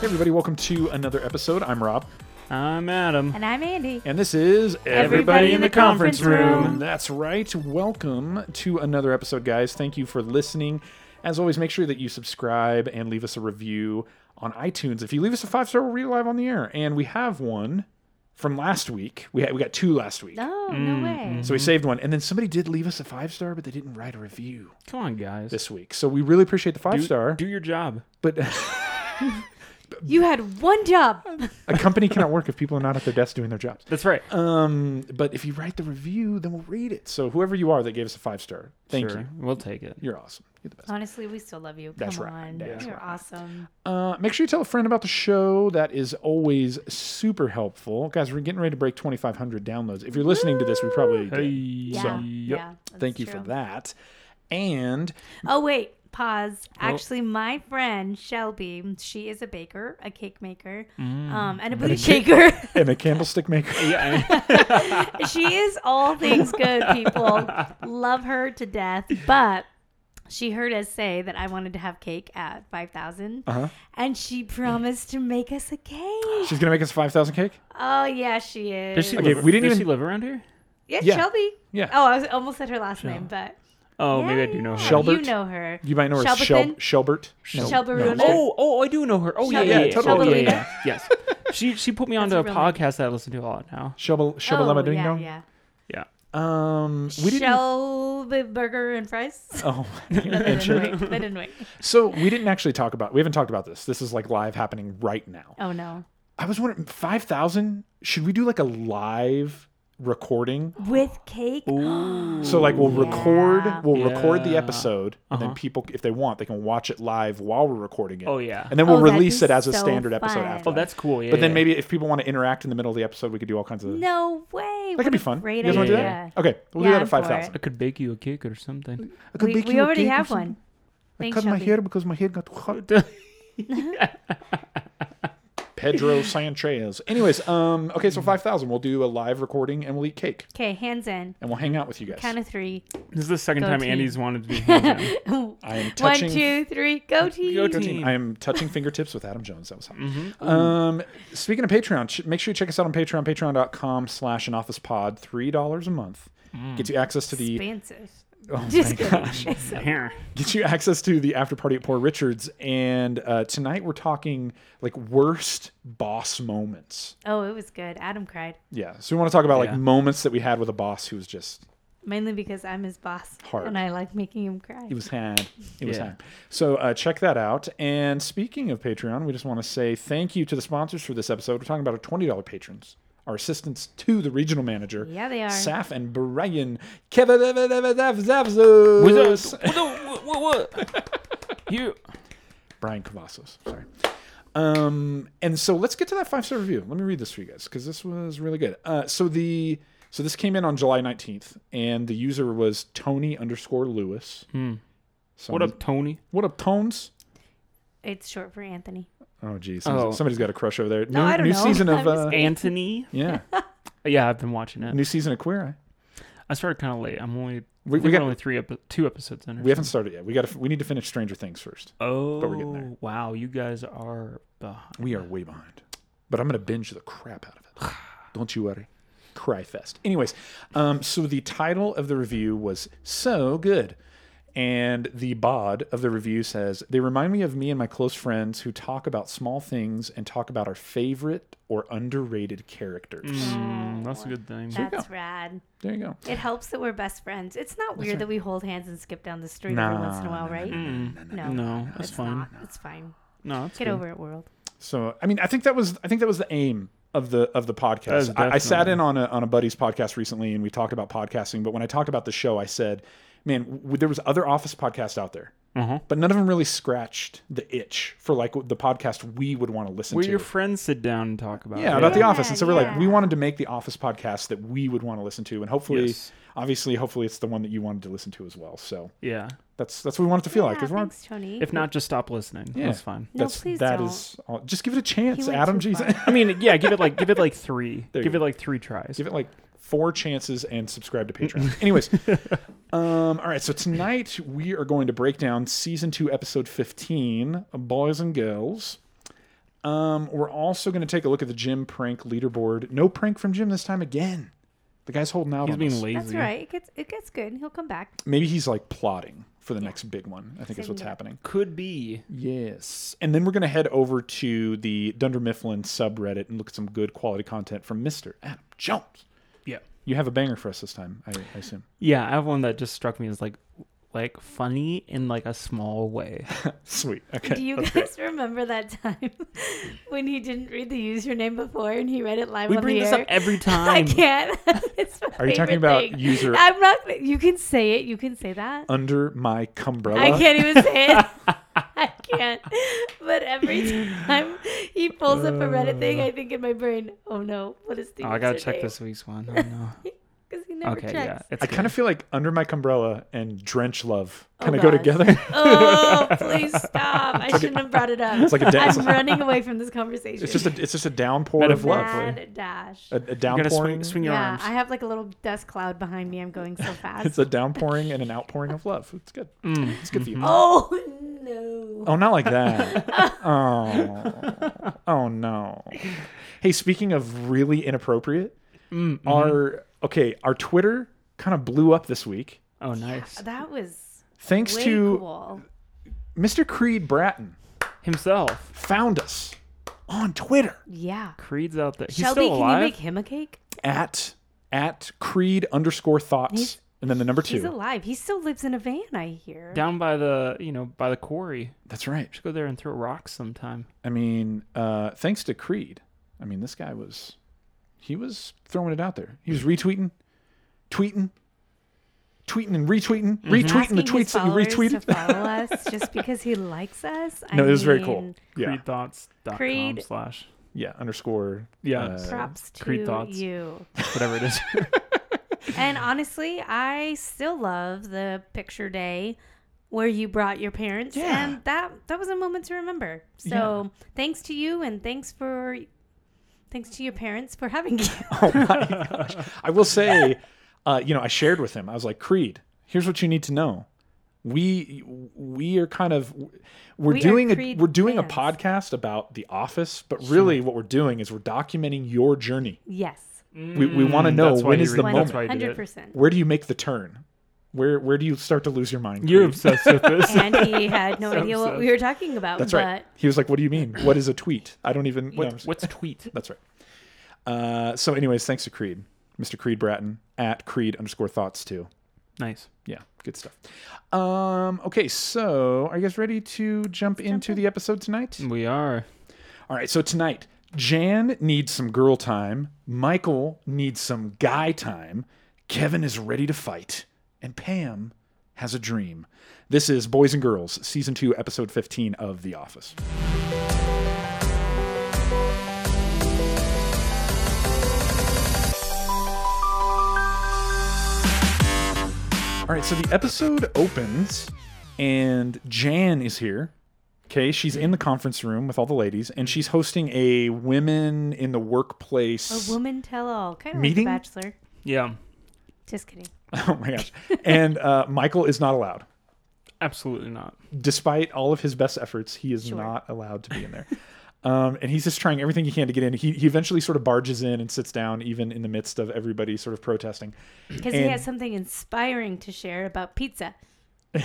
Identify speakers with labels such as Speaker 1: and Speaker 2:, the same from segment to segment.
Speaker 1: Hey, everybody, welcome to another episode. I'm Rob,
Speaker 2: I'm Adam.
Speaker 3: And I'm Andy.
Speaker 1: and this is
Speaker 3: Everybody in the conference room.
Speaker 1: That's right. Welcome to another episode, guys. Thank you for listening. As always, make sure that you subscribe and leave us a review on iTunes. If you leave us a five star, we'll read it live on the air. And we have one from last week. We had, we got two last week,
Speaker 2: Oh.
Speaker 3: No,
Speaker 1: Mm-hmm.
Speaker 3: no way.
Speaker 1: so we saved one. And then somebody did leave us a five star, but they didn't write a review
Speaker 2: Come on, guys.
Speaker 1: this week. So we really appreciate the five
Speaker 2: do,
Speaker 1: star.
Speaker 2: do your job.
Speaker 1: But
Speaker 3: You had one job.
Speaker 1: a company cannot work if people are not at their desk doing their jobs.
Speaker 2: That's right.
Speaker 1: Um, but if you write the review, then we'll read it. So whoever you are that gave us a five star, thank
Speaker 2: sure.
Speaker 1: you.
Speaker 2: We'll take it.
Speaker 1: You're awesome. You're the best.
Speaker 3: Honestly, we still love you.
Speaker 1: That's
Speaker 3: Come
Speaker 1: right.
Speaker 3: on.
Speaker 1: That's
Speaker 3: You're awesome.
Speaker 1: Uh, make sure you tell a friend about the show. That is always super helpful, guys. We're getting ready to break 2,500 downloads. If you're listening to this, we probably did.
Speaker 3: Yeah.
Speaker 1: So,
Speaker 3: yeah that's
Speaker 1: thank you for
Speaker 3: true.
Speaker 1: that. And
Speaker 3: Oh, wait. Pause. Actually, my friend Shelby, she is a baker, a cake maker,
Speaker 1: Mm.
Speaker 3: um, and a booty shaker.
Speaker 1: and a candlestick maker.
Speaker 2: Yeah.
Speaker 3: she is all things good, people. Love her to death. But she heard us say that I wanted to have cake at 5,000,
Speaker 1: Uh-huh.
Speaker 3: and she promised to make us a cake.
Speaker 1: She's gonna make us a 5,000 cake.
Speaker 3: Oh, yeah, she is.
Speaker 2: Does she,
Speaker 1: Okay,
Speaker 2: live,
Speaker 1: we didn't
Speaker 2: does
Speaker 1: even-
Speaker 2: she live around here?
Speaker 3: Yeah,
Speaker 1: Yeah.
Speaker 3: Shelby.
Speaker 1: Yeah.
Speaker 3: Oh, I was almost said her last name, but
Speaker 2: Oh,
Speaker 3: Yeah,
Speaker 2: maybe I do know her.
Speaker 3: yeah,
Speaker 1: Shelby.
Speaker 3: You
Speaker 1: Shelbert?
Speaker 3: know her.
Speaker 1: You might know her as Shel-
Speaker 3: Shelberton?
Speaker 1: Shelbert.
Speaker 3: Shelberuna?
Speaker 2: Oh, oh, I do know her. Oh, yeah,
Speaker 3: Shelby-
Speaker 2: yeah, yeah.
Speaker 1: totally.
Speaker 2: Oh, yeah,
Speaker 3: Shelbalina.
Speaker 2: yeah. Yes. She she put me onto a
Speaker 3: That's a real name.
Speaker 2: podcast that I listen to a lot now.
Speaker 1: Shubble,
Speaker 3: oh,
Speaker 1: Shubbalama Ding
Speaker 3: yeah,
Speaker 1: Dong.
Speaker 3: yeah.
Speaker 2: Yeah.
Speaker 1: Um, we didn't.
Speaker 3: Shelby burger and fries.
Speaker 1: oh,
Speaker 3: That
Speaker 1: and
Speaker 3: didn't
Speaker 1: Shel-
Speaker 3: wait. That didn't wait.
Speaker 1: So we didn't actually talk about. We haven't talked about this. This is like live happening right now.
Speaker 3: Oh no.
Speaker 1: I was wondering, five thousand. Should we do like a live recording?
Speaker 3: With cake.
Speaker 2: Ooh.
Speaker 1: So like we'll
Speaker 3: Yeah.
Speaker 1: record, we'll record the
Speaker 2: Yeah.
Speaker 1: episode, and then
Speaker 2: Uh-huh.
Speaker 1: people, if they want, they can watch it live while we're recording it.
Speaker 2: Oh yeah.
Speaker 1: And then
Speaker 3: Oh,
Speaker 1: we'll
Speaker 3: that'd
Speaker 1: release
Speaker 3: be
Speaker 1: it as a
Speaker 3: so
Speaker 1: standard episode
Speaker 3: fun.
Speaker 1: after.
Speaker 2: Oh, that's cool. Yeah.
Speaker 1: But then
Speaker 2: yeah.
Speaker 1: maybe if people want to interact in the middle of the episode, we could do all kinds of.
Speaker 3: No way.
Speaker 1: That could
Speaker 3: what
Speaker 1: be
Speaker 3: a
Speaker 1: fun.
Speaker 3: Great
Speaker 1: you guys want to do
Speaker 3: idea.
Speaker 1: that? Okay, we'll do
Speaker 3: Yeah,
Speaker 1: that
Speaker 3: I'm
Speaker 1: at
Speaker 3: for
Speaker 1: five
Speaker 3: it.
Speaker 1: thousand.
Speaker 2: I could bake you a cake or something.
Speaker 3: We, we already have one.
Speaker 1: I
Speaker 3: Thanks,
Speaker 1: cut my
Speaker 3: Shelby.
Speaker 1: hair because my hair got hot. Pedro Sanchez. Anyways, um, okay, so five thousand. We'll do a live recording and we'll eat cake
Speaker 3: Okay, hands in.
Speaker 1: and we'll hang out with you guys.
Speaker 3: Count of three.
Speaker 2: This is the second
Speaker 3: Go
Speaker 2: time
Speaker 3: team.
Speaker 2: Andy's wanted to be. hands-on.
Speaker 1: I am
Speaker 3: One,
Speaker 1: touching.
Speaker 3: two, three. Go team.
Speaker 2: Go
Speaker 1: touching-
Speaker 2: team.
Speaker 1: I am touching fingertips with Adam Jones. That was hot. Um, speaking of Patreon, ch- make sure you check us out on Patreon. Patreon.com slash an office pod. Three dollars a month gets you access to the
Speaker 3: Expansive.
Speaker 1: oh
Speaker 3: Just
Speaker 1: my
Speaker 3: kidding.
Speaker 1: gosh.
Speaker 2: Here.
Speaker 1: get you access to the after party at Poor Richards. And uh, tonight we're talking like worst boss moments.
Speaker 3: Oh, it was good. Adam cried.
Speaker 1: Yeah. So we want to talk about
Speaker 2: Yeah.
Speaker 1: like moments that we had with a boss who was just
Speaker 3: Mainly because I'm his boss.
Speaker 1: Hard.
Speaker 3: And I like making him cry.
Speaker 1: it was had. It was
Speaker 2: Yeah.
Speaker 1: had. So uh, check that out. And speaking of Patreon, we just want to say thank you to the sponsors for this episode. We're talking about our twenty dollar patrons. Our assistants to the regional manager.
Speaker 3: Yeah, they are.
Speaker 1: Saf and Brian. Kevin. Kavazos.
Speaker 2: What? What? What? You.
Speaker 1: Brian Cavazos. Sorry. Um, and so let's get to that five star review. Let me read this for you guys because this was really good. Uh, so the so this came in on July nineteenth, and the user was Tony underscore Lewis.
Speaker 2: Hmm. What
Speaker 1: Someone-
Speaker 2: up, Tony?
Speaker 1: What up, Tones?
Speaker 3: It's short for Anthony.
Speaker 1: Oh, geez, somebody's,
Speaker 2: Oh.
Speaker 1: somebody's got a crush over there. New,
Speaker 3: I don't
Speaker 1: new
Speaker 3: know.
Speaker 1: season of
Speaker 3: I'm just
Speaker 1: uh,
Speaker 2: Anthony.
Speaker 1: yeah,
Speaker 2: Yeah, I've been watching it.
Speaker 1: new season of Queer Eye.
Speaker 2: I started kind of late. I'm only
Speaker 1: We- we
Speaker 2: we, we
Speaker 1: got-
Speaker 2: only three epi- two episodes in. or
Speaker 1: We haven't started yet. We got to we need to finish Stranger Things first.
Speaker 2: something. Oh,
Speaker 1: we're getting there.
Speaker 2: wow! You guys are behind.
Speaker 1: We are way behind, but I'm gonna binge the crap out of it. Don't you worry. Cry fest. Anyways, um, so the title of the review was so good. And the bod of the review says, they remind me of me and my close friends who talk about small things and talk about our favorite or underrated characters.
Speaker 2: Mm, that's a good thing.
Speaker 3: Oh, That's rad.
Speaker 1: There you go.
Speaker 3: It helps that we're best friends. It's not weird that we hold hands and skip down the street every once in a while, right? No,
Speaker 2: no, that's
Speaker 3: it's
Speaker 2: fine.
Speaker 3: not. It's fine.
Speaker 2: no, that's
Speaker 3: Get
Speaker 2: good.
Speaker 3: over it, world.
Speaker 1: So I mean, I think that was I think that was the aim of the of the
Speaker 2: was
Speaker 1: podcast. I, I sat
Speaker 2: definitely-
Speaker 1: in on a on a buddy's podcast recently, and we talked about podcasting. But when I talked about the show, I said, "Man, w- there was other office podcasts out there,
Speaker 2: Uh-huh.
Speaker 1: but none of them really scratched the itch for like the podcast we would want to listen
Speaker 2: Where
Speaker 1: to."
Speaker 2: your friends sit down and talk about.
Speaker 1: yeah,
Speaker 2: it.
Speaker 1: about the
Speaker 3: Yeah,
Speaker 1: office, and so we're like,
Speaker 3: yeah.
Speaker 1: we wanted to make the office podcast that we would want to listen to, and hopefully,
Speaker 2: Yes.
Speaker 1: obviously, hopefully, it's the one that you wanted to listen to as well. So
Speaker 2: Yeah.
Speaker 1: that's that's what we want it to feel like.
Speaker 3: yeah,
Speaker 1: 'cause we're-
Speaker 3: thanks, Tony.
Speaker 2: If not, just stop listening.
Speaker 1: Yeah.
Speaker 2: That's fine.
Speaker 3: No,
Speaker 1: that's,
Speaker 3: please
Speaker 1: that
Speaker 3: don't.
Speaker 1: is all- just give it a chance,
Speaker 3: went
Speaker 1: Adam.
Speaker 3: too
Speaker 1: Jesus.
Speaker 2: I mean, yeah, give it like give it like three.
Speaker 1: There you
Speaker 2: give
Speaker 1: go.
Speaker 2: it like three tries.
Speaker 1: give it like four chances and subscribe to Patreon. Anyways, um, all right. So tonight we are going to break down season two, episode fifteen, Boys and Girls. Um, we're also going to take a look at the Jim prank leaderboard. No prank from Jim this time again. The guy's holding out
Speaker 2: He's
Speaker 1: on
Speaker 2: being
Speaker 1: us.
Speaker 2: lazy.
Speaker 3: That's right. It gets it gets good. He'll come back.
Speaker 1: Maybe he's like plotting for the next big one. I think is
Speaker 3: Setting
Speaker 1: what's
Speaker 3: it up.
Speaker 1: happening.
Speaker 2: Could be.
Speaker 1: Yes. And then we're going to head over to the Dunder Mifflin subreddit and look at some good quality content from Mr. Adam Jones.
Speaker 2: Yeah.
Speaker 1: You have a banger for us this time, I, I assume.
Speaker 2: Yeah, I have one that just struck me as like like funny in like a small way.
Speaker 1: Sweet. Okay.
Speaker 3: Do you
Speaker 1: that's
Speaker 3: guys
Speaker 1: great.
Speaker 3: remember that time when he didn't read the username before and he read it live
Speaker 2: we
Speaker 3: on
Speaker 2: bring
Speaker 3: the
Speaker 2: this
Speaker 3: air?
Speaker 2: up every
Speaker 3: I
Speaker 2: time.
Speaker 3: can't. it's my
Speaker 1: Are you talking
Speaker 3: favorite
Speaker 1: about
Speaker 3: thing.
Speaker 1: user-
Speaker 3: I'm not. You can say it. You can say that.
Speaker 1: Under my cumbrella.
Speaker 3: I can't even say it. I can't. But every time he pulls up a Reddit thing, I think in my brain, "Oh no, what is the?"
Speaker 2: Oh, I gotta check this week's one. Oh no.
Speaker 3: because he never
Speaker 2: okay, yeah.
Speaker 3: checks.
Speaker 2: It's
Speaker 1: I kind of feel like Under My Cumbrella and Drench Love
Speaker 3: Oh,
Speaker 1: kind of go
Speaker 3: God.
Speaker 1: together.
Speaker 3: Oh, please stop! I shouldn't have brought it up.
Speaker 1: It's like a dance.
Speaker 3: I'm running away from this conversation.
Speaker 1: It's just a it's just a downpour of
Speaker 2: Metaphor.
Speaker 1: love.
Speaker 3: mad dash.
Speaker 1: A, a
Speaker 2: You're gonna
Speaker 1: downpouring.
Speaker 2: swing, swing your
Speaker 3: yeah,
Speaker 2: arms.
Speaker 3: I have like a little dust cloud behind me. I'm going so fast.
Speaker 1: It's a downpouring and an outpouring of love. It's good.
Speaker 2: Mm.
Speaker 1: It's good for you.
Speaker 3: oh no!
Speaker 1: Oh, not like that. oh, oh no. Hey, speaking of really inappropriate,
Speaker 2: Mm-hmm.
Speaker 1: our okay, our Twitter kind of blew up this week
Speaker 2: Oh, nice.
Speaker 3: That was
Speaker 1: thanks
Speaker 3: way
Speaker 1: to
Speaker 3: cool.
Speaker 1: Mr. Creed Bratton
Speaker 2: Himself.
Speaker 1: found us on Twitter
Speaker 3: Yeah.
Speaker 2: Creed's out there. He's
Speaker 3: Shelby,
Speaker 2: still
Speaker 3: can you
Speaker 2: alive.
Speaker 3: make him a cake?
Speaker 1: at at Creed underscore thoughts
Speaker 3: He's-
Speaker 1: and then the number two.
Speaker 3: He's alive. He still lives in a van, I hear.
Speaker 2: Down by the you know by the quarry.
Speaker 1: That's right.
Speaker 2: Should go there and throw rocks sometime.
Speaker 1: I mean, uh, thanks to Creed. I mean, this guy was he was throwing it out there. He was retweeting, tweeting, tweeting and retweeting, retweeting
Speaker 3: Mhm. Asking
Speaker 1: the
Speaker 3: his
Speaker 1: tweets that you
Speaker 3: followers To
Speaker 1: retweeted.
Speaker 3: follow us just because he likes us. I
Speaker 1: no, it was very cool.
Speaker 3: mean,
Speaker 1: Yeah,
Speaker 2: Creedthoughts.com
Speaker 3: Creed-
Speaker 2: slash
Speaker 1: yeah. Underscore. uh,
Speaker 2: Yeah.
Speaker 3: Props to
Speaker 2: Creed thoughts.
Speaker 3: you.
Speaker 2: whatever it is.
Speaker 3: And honestly, I still love the picture day where you brought your parents,
Speaker 1: Yeah.
Speaker 3: and that that was a moment to remember. So thanks to you, and thanks for thanks to your parents for having you.
Speaker 1: Oh I will say, uh, you know, I shared with him. I was like, Creed, here's what you need to know. We we are kind of we're
Speaker 3: We are
Speaker 1: doing a
Speaker 3: Creed
Speaker 1: we're doing a
Speaker 3: fans.
Speaker 1: podcast about The Office, but really what we're doing is we're documenting your journey.
Speaker 3: yes,
Speaker 1: We, we
Speaker 3: Mm.
Speaker 1: want to know
Speaker 2: that's why
Speaker 1: when
Speaker 2: you
Speaker 1: is the
Speaker 2: read-
Speaker 1: moment.
Speaker 2: that's why I
Speaker 3: one
Speaker 2: did it.
Speaker 3: hundred percent.
Speaker 1: where do you make the turn? Where where do you start to lose your mind?
Speaker 2: You're
Speaker 1: Creed?
Speaker 2: obsessed with this.
Speaker 3: And he had no idea what we were talking about.
Speaker 1: That's
Speaker 3: but
Speaker 1: right. He was like, "What do you mean? What is a tweet? I don't even." know."
Speaker 2: What, what's tweet?
Speaker 1: That's right. Uh, so, anyways, thanks to Creed, Mr. Creed Bratton at Creed underscore thoughts too.
Speaker 2: Nice.
Speaker 1: Yeah, good stuff. Um, okay, so are you guys ready to jump into the episode tonight?
Speaker 2: We are.
Speaker 1: All right, so tonight, Jan needs some girl time, Michael needs some guy time, Kevin is ready to fight, and Pam has a dream. This is Boys and Girls, Season 2, Episode 15 of The Office. All right, so the episode opens, and Jan is here. Okay, she's in the conference room with all the ladies, and she's hosting a women in the workplace.
Speaker 3: A woman tell all, kind of like The
Speaker 1: Meeting?
Speaker 3: Bachelor.
Speaker 2: Yeah.
Speaker 3: Just kidding.
Speaker 1: oh my gosh! and uh, Michael is not allowed,
Speaker 2: Absolutely not.
Speaker 1: despite all of his best efforts. He is
Speaker 3: Sure.
Speaker 1: not allowed to be in there, um, and he's just trying everything he can to get in. He he eventually sort of barges in and sits down, even in the midst of everybody sort of protesting
Speaker 3: Because he
Speaker 1: And-
Speaker 3: has something inspiring to share about pizza.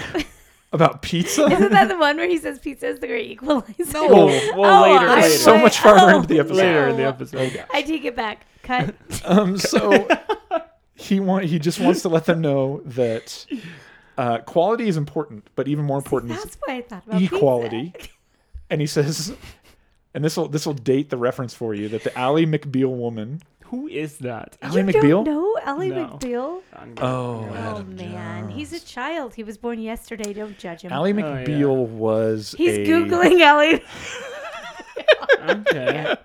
Speaker 1: about pizza.
Speaker 3: Isn't that the one where he says pizza is the great equalizer? Oh,
Speaker 2: No. Well, later,
Speaker 3: I'm
Speaker 2: later.
Speaker 1: So much farther into the episode.
Speaker 2: Later in the
Speaker 3: Oh. no.
Speaker 2: episode.
Speaker 3: I take it back. Cut.
Speaker 1: Um, so he want he just wants to let them know that uh, quality is important, but even more important is
Speaker 3: That's why I thought about
Speaker 1: equality.
Speaker 3: pizza.
Speaker 1: And he says, and this will this will date the reference for you that the Ally McBeal woman,
Speaker 2: Who is that?
Speaker 1: Ally
Speaker 3: you
Speaker 1: McBeal.
Speaker 3: Don't know Ellie
Speaker 2: No.
Speaker 3: McBeal?
Speaker 2: I'm
Speaker 1: Oh,
Speaker 3: Oh man, he's a child. He was born yesterday. Don't judge him.
Speaker 1: Ally
Speaker 2: Oh, yeah.
Speaker 1: McBeal was
Speaker 3: he's
Speaker 1: a-
Speaker 3: googling Ellie.
Speaker 2: Okay.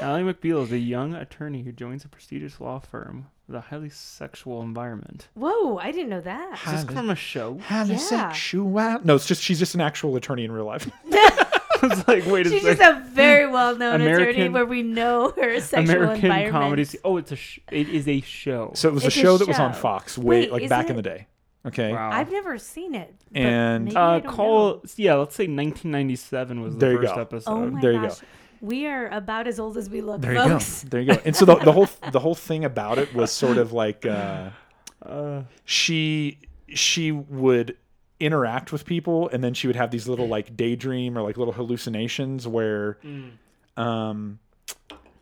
Speaker 2: Ally McBeal is a young attorney who joins a prestigious law firm with a highly sexual environment.
Speaker 3: Whoa, I didn't know that.
Speaker 2: Is this
Speaker 1: Highly-
Speaker 2: from a show?
Speaker 1: Homosexual. No, it's just she's just an actual attorney in real life.
Speaker 2: I was like, wait a
Speaker 3: She's
Speaker 2: second.
Speaker 3: just a very well-known attorney
Speaker 2: American-
Speaker 3: where we know her sexual
Speaker 2: American
Speaker 3: environment.
Speaker 2: comedy. se- Oh, it's a. Sh- it is a show.
Speaker 1: So it was a
Speaker 3: It's a
Speaker 1: show that was on
Speaker 3: show.
Speaker 1: Fox way
Speaker 3: Wait,
Speaker 1: like
Speaker 3: is
Speaker 1: back in
Speaker 3: it-
Speaker 1: the day. Okay.
Speaker 2: Wow.
Speaker 3: I've never seen it. but
Speaker 1: And-
Speaker 3: maybe I
Speaker 2: uh,
Speaker 3: don't
Speaker 2: call
Speaker 3: know.
Speaker 2: yeah, let's say 1997 was the
Speaker 1: There you
Speaker 2: first
Speaker 1: go.
Speaker 2: episode.
Speaker 3: Oh my
Speaker 1: There you go.
Speaker 3: gosh, we are about as old as we look,
Speaker 1: There you
Speaker 3: folks.
Speaker 1: go. There you go. And so the, the whole the whole thing about it was sort of like uh,
Speaker 2: Uh,
Speaker 1: she she would interact with people, and then she would have these little like daydream or like little hallucinations where, um,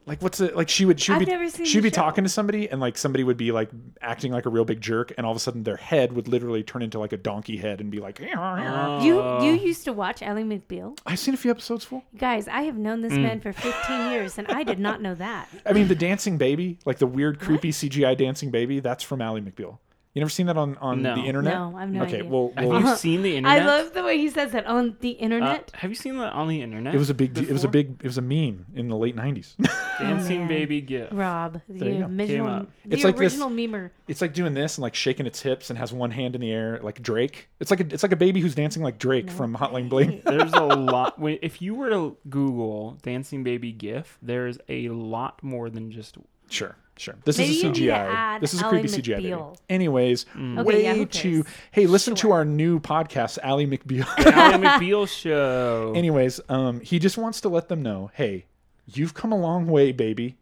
Speaker 1: like what's it like she would she would
Speaker 3: I've
Speaker 1: be,
Speaker 3: never seen
Speaker 1: she'd
Speaker 3: the
Speaker 1: be
Speaker 3: show.
Speaker 1: talking to somebody, and like somebody would be like acting like a real big jerk, and all of a sudden their head would literally turn into like a donkey head and be like.
Speaker 3: Uh. You you used to watch Ellie McBeal,
Speaker 1: I've seen a few episodes full.
Speaker 3: guys. I have known
Speaker 2: Mm.
Speaker 3: this man for 15 years, and I did not know that.
Speaker 1: I mean, the dancing baby, like the weird, creepy CGI dancing baby, that's from Ally McBeal. You never seen that on, on
Speaker 2: No.
Speaker 1: the internet?
Speaker 3: No, I've no
Speaker 1: okay,
Speaker 3: idea.
Speaker 1: well,
Speaker 2: have
Speaker 1: well,
Speaker 2: you seen the internet?
Speaker 3: I love the way he says that on the
Speaker 2: Uh,
Speaker 3: internet.
Speaker 2: have you seen that on the internet?
Speaker 1: it was a big, de- it was a Oh,
Speaker 2: before?
Speaker 1: big, it was a meme in the late '90s.
Speaker 2: dancing
Speaker 3: man.
Speaker 2: baby gift.
Speaker 3: Rob,
Speaker 1: you
Speaker 3: the
Speaker 1: go.
Speaker 2: Came
Speaker 3: original,
Speaker 2: up.
Speaker 3: the
Speaker 1: It's like this-
Speaker 3: original memer.
Speaker 1: it's like doing this and like shaking its hips and has one hand in the air, like Drake. It's like a, it's like a baby who's dancing like Drake from Hotline Bling.
Speaker 2: There's a lot. when- If you were to Google dancing baby gif, there is a lot more than just.
Speaker 1: Sure, sure. This
Speaker 3: Maybe
Speaker 1: is
Speaker 3: you
Speaker 1: a
Speaker 3: need to
Speaker 1: CGI.
Speaker 3: add
Speaker 1: This is a
Speaker 3: Ally
Speaker 1: creepy CGI. Baby.
Speaker 3: McBeal.
Speaker 1: Anyways,
Speaker 3: Okay,
Speaker 1: way
Speaker 3: yeah, who
Speaker 1: to
Speaker 3: cares?
Speaker 1: hey, listen to
Speaker 3: Sure.
Speaker 1: our new podcast, Ally McBeal.
Speaker 2: Alan McBeal show.
Speaker 1: Anyways, um, he just wants to let them know, hey, you've come a long way, baby,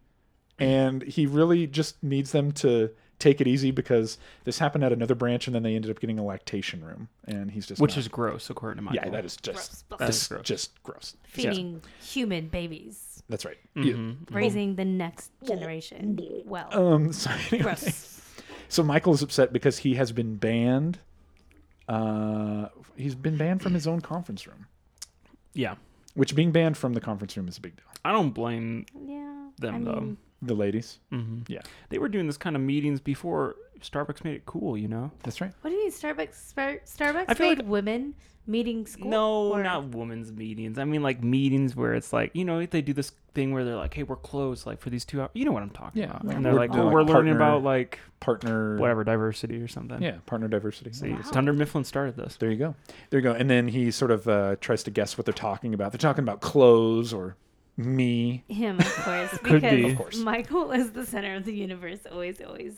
Speaker 1: and he really just needs them to take it easy because this happened at another branch, and then they ended up getting a lactation room, and he's just
Speaker 2: which
Speaker 1: not-
Speaker 2: is gross, according to Michael.
Speaker 1: yeah, that is just
Speaker 3: Gross.
Speaker 2: That is
Speaker 1: just,
Speaker 2: gross.
Speaker 1: just gross. Yeah,
Speaker 3: Feeding human babies,
Speaker 1: that's right. Mm-hmm.
Speaker 2: Mm.
Speaker 3: raising the next generation. Well,
Speaker 1: Yeah. Um, so, anyway,
Speaker 3: gross.
Speaker 1: so Michael is upset because he has been banned. Uh, he's been banned from his own conference room,
Speaker 2: Yeah,
Speaker 1: which being banned from the conference room is a big deal.
Speaker 2: I don't blame
Speaker 3: Yeah.
Speaker 2: them
Speaker 3: I
Speaker 2: though.
Speaker 3: mean,
Speaker 1: The ladies,
Speaker 2: hmm
Speaker 1: yeah,
Speaker 2: They were doing this kind of meetings before Starbucks made it cool. You know.
Speaker 1: that's right.
Speaker 3: What do you mean, Starbucks? Star- Starbucks
Speaker 2: I feel
Speaker 3: made
Speaker 2: like-
Speaker 3: women meeting school.
Speaker 2: No,
Speaker 3: or-
Speaker 2: not women's meetings. I mean, like meetings where it's like, you know, they do this thing where they're like, "Hey, we're closed, like for these two hours." You know what I'm talking
Speaker 1: Yeah,
Speaker 2: about?
Speaker 1: like
Speaker 2: and they're
Speaker 1: we're
Speaker 2: like,
Speaker 1: doing,
Speaker 2: "Oh,
Speaker 1: like,
Speaker 2: we're learning
Speaker 1: partner-
Speaker 2: about like
Speaker 1: Partner,
Speaker 2: whatever diversity or something."
Speaker 1: Yeah, partner diversity.
Speaker 2: See,
Speaker 3: Wow.
Speaker 2: Thunder Mifflin started this.
Speaker 1: There you go. There you go. And then he sort of uh, tries to guess what they're talking about. They're talking about clothes or me.
Speaker 3: Him, of course,
Speaker 2: Could
Speaker 3: because
Speaker 2: be. Of
Speaker 1: course.
Speaker 3: Michael is the center of the universe, always, always,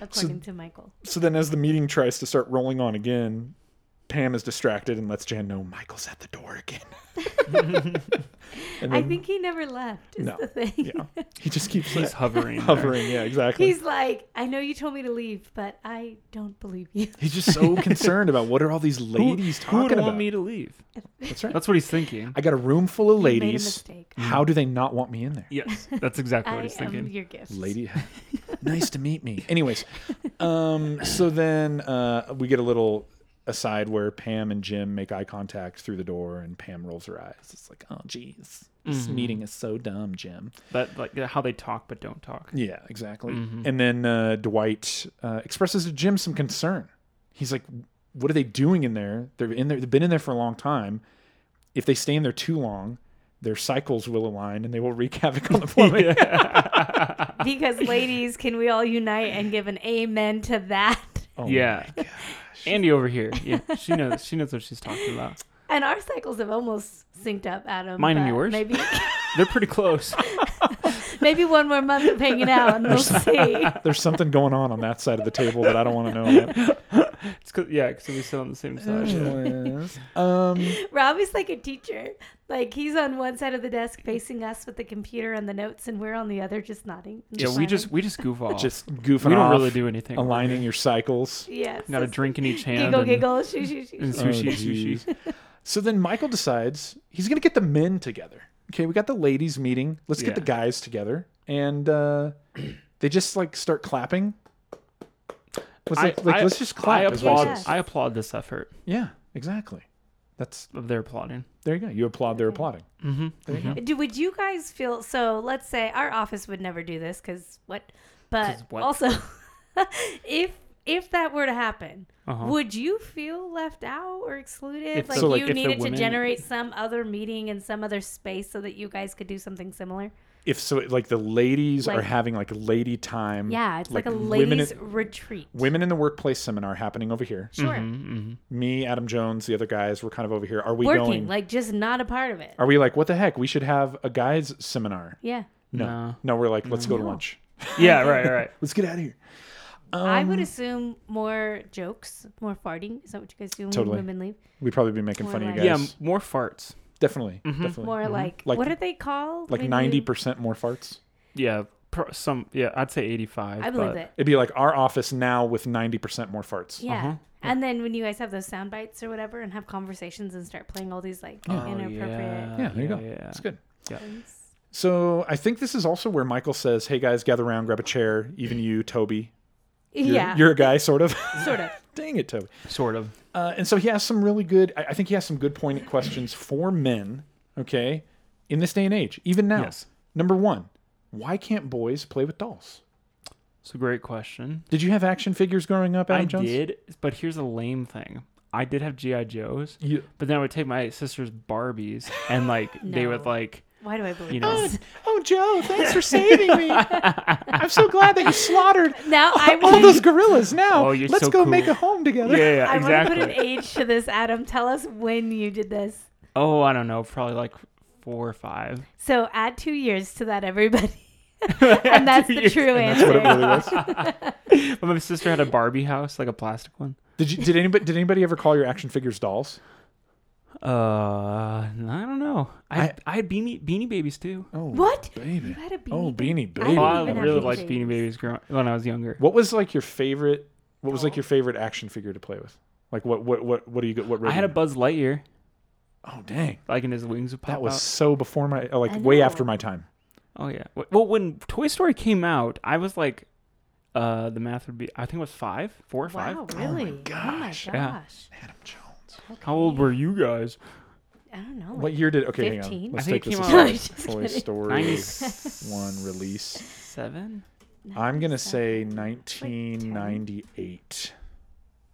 Speaker 3: according to Michael.
Speaker 1: So then, as the meeting tries to start rolling on again, Pam is distracted and lets Jan know Michael's at the door again. and
Speaker 3: I
Speaker 1: then-
Speaker 3: think he never left. Is
Speaker 1: No.
Speaker 3: the thing.
Speaker 1: yeah, he just keeps
Speaker 2: He's
Speaker 1: like,
Speaker 2: hovering. there.
Speaker 1: hovering. Yeah, exactly. He's,
Speaker 3: He's like, I know you told me to leave, but I don't believe you.
Speaker 1: just so concerned about what are all these
Speaker 2: Who-
Speaker 1: ladies
Speaker 2: who,
Speaker 1: talking
Speaker 2: would
Speaker 1: about.
Speaker 2: want me to leave?
Speaker 1: That's right.
Speaker 2: That's what he's thinking.
Speaker 1: I got a room full of
Speaker 3: made a
Speaker 1: ladies.
Speaker 3: mistake.
Speaker 1: How do they not want me in there?
Speaker 2: yes, that's exactly what
Speaker 3: I
Speaker 2: he's
Speaker 3: am
Speaker 2: thinking.
Speaker 3: your gift.
Speaker 1: lady nice to meet me anyways um so then uh we get a little aside where pam and jim make eye contact through the door and pam rolls her eyes it's like oh geez this meeting is so dumb jim
Speaker 2: That like how they talk but don't talk.
Speaker 1: yeah exactly and then uh dwight uh, expresses to jim some concern he's like what are they doing in there they're in there they've been in there for a long time if they stay in there too long their cycles will align and they will wreak havoc on the planet
Speaker 3: Because, ladies, can we all unite and give an amen to that?
Speaker 1: Oh my
Speaker 2: yeah. Andy over here. Yeah, she knows. She knows what she's talking about.
Speaker 3: And our cycles have almost synced up, Adam.
Speaker 2: Mine and
Speaker 3: but
Speaker 2: yours?
Speaker 3: Maybe,
Speaker 2: They're pretty close.
Speaker 3: maybe one more month of hanging out, and we'll see.
Speaker 1: there's something going on on that side of the table that I don't want to know about.
Speaker 2: It's 'cause- yeah, because we sit on the same side.
Speaker 1: um,
Speaker 3: Robbie's like a teacher. Like he's on one side of the desk facing us with the computer and the notes, and we're on the other just nodding. and
Speaker 2: yeah, we
Speaker 3: smiling.
Speaker 2: just we just goof off.
Speaker 1: just goofing
Speaker 2: we don't
Speaker 1: off,
Speaker 2: really do anything.
Speaker 1: aligning your cycles.
Speaker 3: yes.
Speaker 2: Got a
Speaker 3: it's
Speaker 2: drink in each hand.
Speaker 3: Giggle,
Speaker 2: and-
Speaker 3: giggle, shoo, shoo, shoo.
Speaker 2: and sushi,
Speaker 1: Oh, geez.
Speaker 2: sushi.
Speaker 1: So then Michael decides he's going to get the men together. Okay, we got the ladies meeting. Let's get
Speaker 2: Yeah.
Speaker 1: the guys together, and uh, they just like start clapping. Let's,
Speaker 2: I-
Speaker 1: like, like,
Speaker 2: I-
Speaker 1: let's just clap.
Speaker 2: I
Speaker 1: is what he
Speaker 2: applaud.
Speaker 1: says.
Speaker 2: I applaud this effort
Speaker 1: Yeah, exactly. That's
Speaker 2: of their applauding.
Speaker 1: there. You go. You applaud. They're applauding.
Speaker 2: Mm-hmm.
Speaker 1: There you go.
Speaker 3: Do would you guys feel so? Let's say our office would never do this because what? But
Speaker 2: 'Cause what?
Speaker 3: also, if if that were to happen,
Speaker 2: Uh-huh.
Speaker 3: would you feel left out or excluded?
Speaker 2: If
Speaker 3: like
Speaker 1: the- So, like,
Speaker 3: you
Speaker 1: if the
Speaker 3: needed to
Speaker 2: women-
Speaker 3: generate some other meeting in some other space so that you guys could do something similar.
Speaker 2: Mm-hmm.
Speaker 1: If so, like the ladies are
Speaker 3: Like-
Speaker 1: having like lady time.
Speaker 3: Yeah, it's like, a
Speaker 1: women
Speaker 3: ladies'
Speaker 1: in-
Speaker 3: retreat.
Speaker 1: women in the workplace seminar happening over here.
Speaker 3: Sure.
Speaker 2: Mm-hmm.
Speaker 1: me, Adam Jones, the other guys, we're kind of over here. Are we
Speaker 3: working,
Speaker 1: going?
Speaker 3: like just not a part of it.
Speaker 1: are we like, what the heck? We should have a guys seminar.
Speaker 3: yeah.
Speaker 1: No,
Speaker 2: No.
Speaker 1: no, we're like, let's go to lunch.
Speaker 2: Yeah, right, right.
Speaker 1: Let's get out of here.
Speaker 3: I
Speaker 1: Um,
Speaker 3: would assume more jokes, more farting. Is that what you guys do when
Speaker 1: Totally.
Speaker 3: women leave?
Speaker 1: We'd probably be making
Speaker 3: More
Speaker 1: fun of you
Speaker 3: like-
Speaker 1: guys.
Speaker 2: Yeah, m- mm-hmm. more farts.
Speaker 1: definitely, definitely.
Speaker 3: More like,
Speaker 1: Mm-hmm. Like-
Speaker 3: what are they called?
Speaker 1: like
Speaker 3: when you-
Speaker 1: ninety percent more farts.
Speaker 2: Yeah, pro- some. Yeah, I'd say eighty-five.
Speaker 3: I believe
Speaker 2: but-
Speaker 3: it.
Speaker 1: It'd be like our office now with ninety percent more farts.
Speaker 3: Yeah.
Speaker 2: Uh-huh.
Speaker 3: And then when you guys have those sound bites or whatever, and have conversations and start playing all these like
Speaker 2: Oh,
Speaker 3: inappropriate
Speaker 1: Yeah, there you
Speaker 2: yeah,
Speaker 1: go.
Speaker 2: yeah.
Speaker 1: It's good.
Speaker 3: things.
Speaker 1: So I think this is also where Michael says, "Hey guys, gather around, grab a chair. Even you, Toby. You're,
Speaker 3: yeah,
Speaker 1: you're a guy, sort of.
Speaker 3: sort of.
Speaker 1: Dang it, Toby.
Speaker 2: Sort of.
Speaker 1: Uh, and so he has some really good. I, I think he has some good pointed questions for men. Okay, in this day and age, even now.
Speaker 2: Yes.
Speaker 1: Number one, why can't boys play with dolls?
Speaker 2: It's a great question.
Speaker 1: Did you have action figures growing up, Adam
Speaker 2: I
Speaker 1: Jones?
Speaker 2: did, but here's a lame thing. I did have GI Joes,
Speaker 1: You,
Speaker 2: but then I would take my sister's Barbies, and like they would
Speaker 3: No.
Speaker 2: like
Speaker 3: Why do I believe
Speaker 2: You know.
Speaker 3: this?
Speaker 1: oh, Joe, thanks for saving me. I'm so glad that you slaughtered
Speaker 3: Now I
Speaker 1: all
Speaker 3: want,
Speaker 1: those gorillas. Now
Speaker 2: Oh, you're
Speaker 1: let's
Speaker 2: so
Speaker 1: go
Speaker 2: cool.
Speaker 1: make a home together.
Speaker 2: yeah, yeah, yeah,
Speaker 3: I
Speaker 2: exactly.
Speaker 3: want to put an age to this, Adam. Tell us when you did this.
Speaker 2: oh, I don't know, probably like four or five.
Speaker 3: So add two years to that, everybody. and that's
Speaker 2: Two
Speaker 3: the
Speaker 2: years.
Speaker 3: true
Speaker 1: That's what it
Speaker 3: answer.
Speaker 1: really was.
Speaker 2: But my sister had a Barbie house, like a plastic one.
Speaker 1: Did you, did anybody did anybody ever call your action figures dolls?
Speaker 2: Uh, I don't know. I had- I, had beanie beanie babies too.
Speaker 1: Oh,
Speaker 3: What? You
Speaker 1: baby?
Speaker 3: had a beanie.
Speaker 1: Oh, beanie
Speaker 3: I
Speaker 1: baby.
Speaker 2: Oh,
Speaker 3: didn't
Speaker 2: I
Speaker 3: even have
Speaker 2: really
Speaker 3: Beanie
Speaker 2: liked beanie babies growing, when I was younger.
Speaker 1: What was like your favorite? What was like your favorite action figure to play with? Like what what what what do you what?
Speaker 2: I had a
Speaker 1: ribbon?
Speaker 2: Buzz Lightyear,
Speaker 1: oh dang,
Speaker 2: like and his wings would pop
Speaker 1: that was
Speaker 2: out.
Speaker 1: so before my uh, like
Speaker 3: I
Speaker 1: way
Speaker 3: know.
Speaker 1: after my time.
Speaker 2: Oh yeah. Wh- Well, when Toy Story came out, I was like, uh, the math would be I think it was five, four or five.
Speaker 3: Wow, really? Oh my
Speaker 1: gosh.
Speaker 2: Yeah.
Speaker 3: gosh.
Speaker 1: Adam Jones.
Speaker 3: Oh
Speaker 2: How old were you guys?
Speaker 3: I don't know.
Speaker 1: What year did? Okay, hang
Speaker 3: 15?
Speaker 1: on.
Speaker 3: I
Speaker 1: Let's
Speaker 2: think
Speaker 1: take
Speaker 2: it
Speaker 1: this
Speaker 2: came
Speaker 1: aside.
Speaker 2: out-
Speaker 3: Just
Speaker 1: Toy
Speaker 3: kidding.
Speaker 1: Story one release.
Speaker 2: Seven.
Speaker 1: I'm gonna say 1998.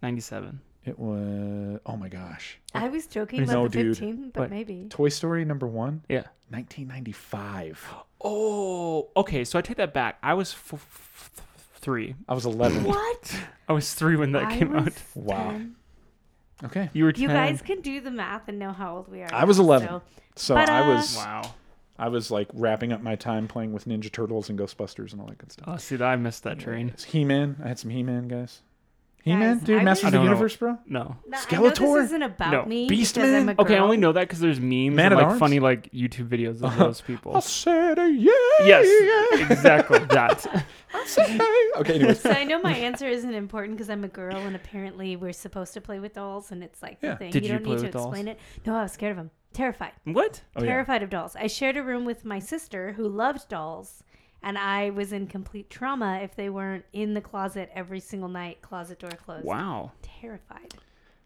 Speaker 2: 97.
Speaker 1: It was oh my gosh,
Speaker 3: I was joking
Speaker 1: No,
Speaker 3: about the
Speaker 1: dude.
Speaker 3: 15, but
Speaker 2: What?
Speaker 3: maybe.
Speaker 1: Toy Story number one,
Speaker 2: Yeah.
Speaker 1: 1995.
Speaker 2: Oh, okay. So I take that back. I was f- f- f- three.
Speaker 1: I was 11.
Speaker 3: What?
Speaker 2: I was three when that
Speaker 3: I
Speaker 2: came
Speaker 3: was
Speaker 2: out.
Speaker 1: Wow.
Speaker 3: 10.
Speaker 1: Okay,
Speaker 2: You were ten.
Speaker 3: You guys can do the math and know how old we are.
Speaker 1: I was
Speaker 3: now,
Speaker 1: 11.
Speaker 3: so-
Speaker 1: so I
Speaker 3: Ta-da.
Speaker 1: was
Speaker 2: Wow.
Speaker 1: I was like wrapping up my time playing with Ninja Turtles and Ghostbusters and all that good stuff.
Speaker 2: Oh, see, I missed that train.
Speaker 1: It's He-Man. I had some He-Man guys. He-Man,
Speaker 3: Guys,
Speaker 1: dude,
Speaker 3: I
Speaker 1: Masters of the
Speaker 2: was- I don't know.
Speaker 1: Universe, bro.
Speaker 2: No.
Speaker 3: No, I know
Speaker 1: Skeletor?
Speaker 3: this isn't about
Speaker 2: No.
Speaker 3: me.
Speaker 1: Beast
Speaker 3: because I'm
Speaker 1: Man?
Speaker 3: a
Speaker 2: Okay, I
Speaker 3: girl.
Speaker 2: only know that because there's memes
Speaker 1: Man at
Speaker 2: and like
Speaker 1: Arms? Uh-huh.
Speaker 2: funny like YouTube videos of those people.
Speaker 1: said a yeah.
Speaker 2: yes, exactly that.
Speaker 1: okay. Anyways,
Speaker 3: So I know my answer isn't important because I'm a girl, and apparently we're supposed to play with dolls, and it's like
Speaker 1: Yeah.
Speaker 3: the thing.
Speaker 2: Did
Speaker 3: you
Speaker 2: you
Speaker 3: don't
Speaker 2: play
Speaker 3: need to
Speaker 2: with dolls?
Speaker 3: explain it. No, I was scared of them. Terrified.
Speaker 2: What?
Speaker 1: Oh, yeah.
Speaker 3: terrified of dolls. I shared a room with my sister who loved dolls, and I was in complete trauma if they weren't in the closet every single night, closet door closed.
Speaker 2: Wow.
Speaker 3: Terrified.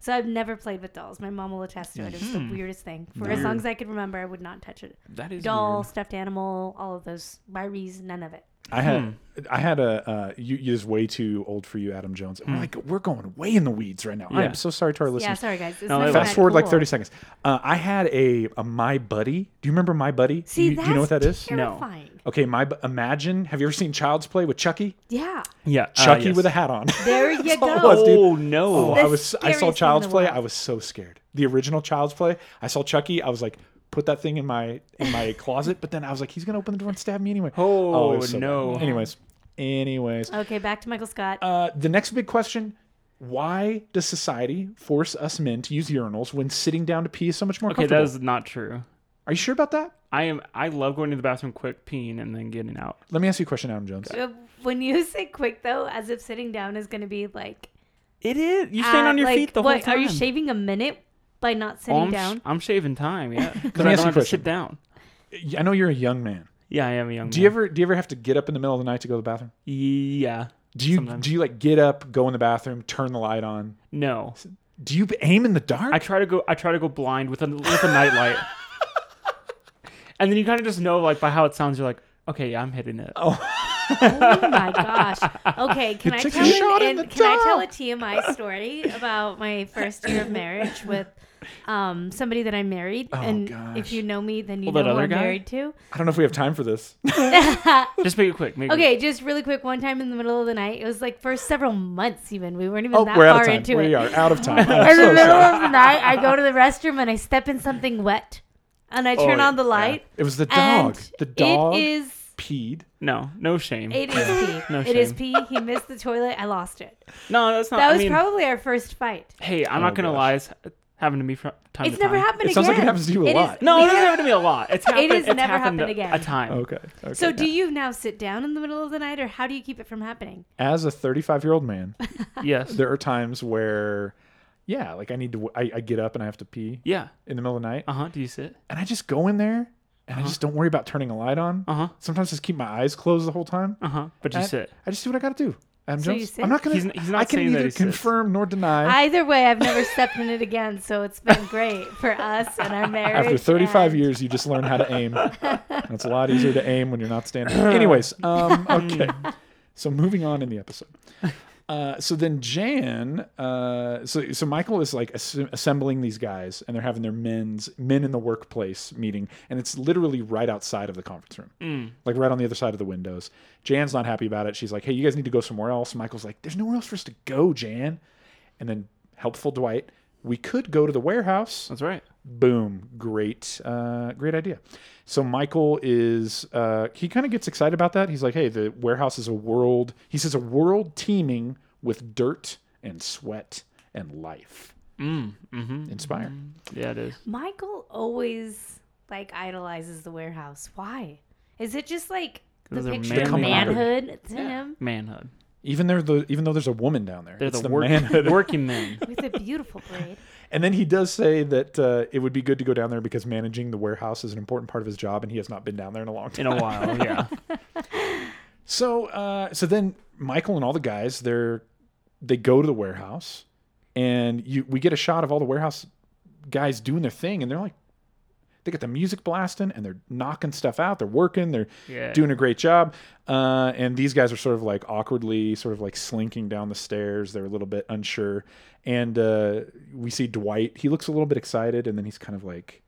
Speaker 3: So I've never played with dolls. My mom will attest to it. It was
Speaker 1: Mm-hmm.
Speaker 3: the weirdest thing. For as long as I could remember, I would not touch it.
Speaker 2: That is
Speaker 3: Doll,
Speaker 2: weird.
Speaker 3: stuffed animal, all of those Byries, none of it.
Speaker 1: I
Speaker 2: Hmm.
Speaker 1: had I had a uh, you, you is way too old for you, Adam Jones. We're like we're going way in the weeds right now. I
Speaker 2: Hmm. Yeah.
Speaker 1: am so sorry to our
Speaker 3: Yeah,
Speaker 1: listeners.
Speaker 3: sorry guys. It's
Speaker 2: No,
Speaker 3: not
Speaker 2: it
Speaker 3: that
Speaker 1: Fast forward like
Speaker 3: cool.
Speaker 1: 30 seconds. Uh, I had a, a My Buddy. Do you remember My Buddy? Do
Speaker 3: See,
Speaker 1: you, do
Speaker 3: that's
Speaker 1: you know what that is?
Speaker 2: No.
Speaker 3: terrifying.
Speaker 1: Okay, my Bu- imagine. Have you ever seen Child's Play with Chucky?
Speaker 3: Yeah,
Speaker 2: Yeah. uh,
Speaker 1: Chucky
Speaker 2: yes.
Speaker 1: with a hat on.
Speaker 3: there you
Speaker 1: all it
Speaker 3: go.
Speaker 1: was, dude.
Speaker 2: Oh no.
Speaker 1: Oh,
Speaker 3: the
Speaker 1: I was I
Speaker 3: scariest
Speaker 1: saw
Speaker 3: thing
Speaker 1: Child's
Speaker 3: in the
Speaker 1: Play.
Speaker 3: world.
Speaker 1: I was so scared. The original Child's Play. I saw Chucky. I was like, put that thing in my in my closet. But then I was like, he's gonna open the door and stab me anyway.
Speaker 2: Oh,
Speaker 1: it was so
Speaker 2: no.
Speaker 1: bad. Anyways, anyways,
Speaker 3: Okay, back to Michael Scott.
Speaker 1: uh, the next big question: Why does society force us men to use urinals when sitting down to pee is so much more
Speaker 2: Okay, that
Speaker 1: comfortable?
Speaker 2: is not true.
Speaker 1: Are you sure about that?
Speaker 2: I am. I love going to the bathroom, quick peeing, and then getting out.
Speaker 1: Let me ask you a question, Adam Jones.
Speaker 3: Uh, when you say quick though, as if sitting down is going to be like
Speaker 2: It is. You
Speaker 3: at, Uh, like, what, Are you shaving a minute by not sitting
Speaker 2: Oh,
Speaker 1: Oh,
Speaker 2: I'm, sh-
Speaker 3: down?
Speaker 2: I'm shaving time. Yeah, because
Speaker 1: me
Speaker 2: I
Speaker 1: ask you a
Speaker 2: don't have to
Speaker 1: question.
Speaker 2: sit down.
Speaker 1: I know you're a young man.
Speaker 2: Yeah, I am a young.
Speaker 1: Do you ever do you ever have to get up in the middle of the night to go to the bathroom?
Speaker 2: Yeah.
Speaker 1: Do you
Speaker 2: Sometimes.
Speaker 1: do you like get up, go in the bathroom, turn the light on?
Speaker 2: No.
Speaker 1: Do you aim in the dark?
Speaker 2: I try to go. I try to go blind with a with a nightlight. and then you kind of just know, like by how it sounds, you're like, okay, yeah, I'm hitting it.
Speaker 3: oh my gosh. Okay, can I
Speaker 1: took a
Speaker 3: tell
Speaker 1: shot
Speaker 3: an,
Speaker 1: in
Speaker 3: an-
Speaker 1: the
Speaker 3: can I tell a
Speaker 1: dark.
Speaker 3: TMI story about my first year of marriage with um, somebody that I married? and
Speaker 1: Oh, gosh.
Speaker 3: if you know me, then you
Speaker 2: Well, that
Speaker 3: know
Speaker 2: other
Speaker 3: who I'm
Speaker 2: guy?
Speaker 3: married to.
Speaker 1: I don't know if we have time for this.
Speaker 2: Just make it quick. Make It
Speaker 3: Okay, just really quick. One time in the middle of the night, it was like for several months even. We weren't even
Speaker 1: Oh,
Speaker 3: that
Speaker 1: we're
Speaker 3: far
Speaker 1: out of time.
Speaker 3: into
Speaker 1: We
Speaker 3: it.
Speaker 1: are out of time.
Speaker 3: in
Speaker 1: I'm
Speaker 3: the
Speaker 1: so
Speaker 3: middle
Speaker 1: sorry.
Speaker 3: of the night, I go to the restroom and I step in something wet, and I turn
Speaker 1: Oh,
Speaker 3: on the
Speaker 1: yeah.
Speaker 3: light.
Speaker 1: It was the dog.
Speaker 3: and
Speaker 1: The dog.
Speaker 3: It is
Speaker 1: peed.
Speaker 2: No, no shame.
Speaker 3: It is pee.
Speaker 2: No
Speaker 3: it is
Speaker 2: shame.
Speaker 3: pee. He missed the toilet. I lost it.
Speaker 1: Uh,
Speaker 2: No, that's not.
Speaker 3: That was
Speaker 2: I mean,
Speaker 3: probably our first fight.
Speaker 2: hey, I'm not
Speaker 1: Oh,
Speaker 2: gonna
Speaker 1: gosh.
Speaker 2: lie. It's happened to me from time
Speaker 3: It's
Speaker 2: to
Speaker 3: never
Speaker 2: time.
Speaker 3: happened again.
Speaker 1: It sounds like it happens to you a
Speaker 3: is-
Speaker 1: lot.
Speaker 2: No,
Speaker 3: we
Speaker 2: it doesn't
Speaker 3: have-
Speaker 2: happen to me a lot. It's happened.
Speaker 3: has
Speaker 2: it's
Speaker 3: never
Speaker 2: happened,
Speaker 3: happened
Speaker 2: a-
Speaker 3: again.
Speaker 2: A time.
Speaker 1: Okay. okay.
Speaker 3: So do you now sit down in the middle of the night, or how do you keep it from happening?
Speaker 1: as a 35 year old man,
Speaker 2: Yes.
Speaker 1: there are times where, yeah, like I need to, I, I get up and I have to pee
Speaker 2: yeah.
Speaker 1: in the middle of the night,
Speaker 2: Uh huh. Do you sit?
Speaker 1: and I just go in there and I just don't worry about turning a light on.
Speaker 2: Uh huh.
Speaker 1: Sometimes just keep my eyes closed the whole time.
Speaker 2: Uh
Speaker 3: Uh-huh.
Speaker 2: huh. But you
Speaker 1: I,
Speaker 2: sit.
Speaker 1: I just do what I got to do. Adam
Speaker 3: So you
Speaker 1: Jones,
Speaker 3: sit?
Speaker 1: I'm not gonna.
Speaker 2: He's n- he's not
Speaker 1: I can
Speaker 2: saying that
Speaker 1: neither
Speaker 2: he sits.
Speaker 1: confirm nor deny.
Speaker 3: Either way, I've never stepped in it again, so it's been great for us and our marriage.
Speaker 1: After 35
Speaker 3: and-
Speaker 1: years, you just learn how to aim. And it's a lot easier to aim when you're not standing. Anyways, um, okay. So moving on in the episode. Uh, so then Jan, uh, so so Michael is like ass- assembling these guys, and they're having their men's men in the workplace meeting, and it's literally right outside of the conference room, like right on the other side of the windows. Jan's not happy about it. She's like, "Hey, you guys need to go somewhere else." Michael's like, "There's nowhere else for us to go, Jan." And then helpful Dwight, we could go to the warehouse
Speaker 2: That's right.
Speaker 1: boom great uh, great idea so michael is uh, he kind of gets excited about that he's like hey the warehouse is a world he says a world teeming with dirt and sweat and life
Speaker 2: Mm. Mm-hmm.
Speaker 1: inspire
Speaker 2: Yeah, it is.
Speaker 3: Michael always like idolizes the warehouse. Why? Is it just like the
Speaker 2: 'Cause they're
Speaker 3: picture of
Speaker 1: manly.
Speaker 3: manhood to him
Speaker 2: Manhood.
Speaker 1: even there the even though there's a woman down there
Speaker 2: They're
Speaker 1: it's
Speaker 2: the,
Speaker 1: the,
Speaker 2: work-
Speaker 1: manhood
Speaker 2: working men.
Speaker 3: with a beautiful blade?
Speaker 1: and then he does say that uh, it would be good to go down there because managing the warehouse is an important part of his job and he has not been down there in a long time
Speaker 2: in a while. Yeah.
Speaker 1: So uh, so then Michael and all the guys they're they go to the warehouse and you we get a shot of all the warehouse guys doing their thing and they're like they got the music blasting and they're knocking stuff out they're working they're
Speaker 2: Yeah.
Speaker 1: doing a great job uh, and these guys are sort of like awkwardly sort of like slinking down the stairs they're a little bit unsure and uh, we see dwight he looks a little bit excited and then he's kind of like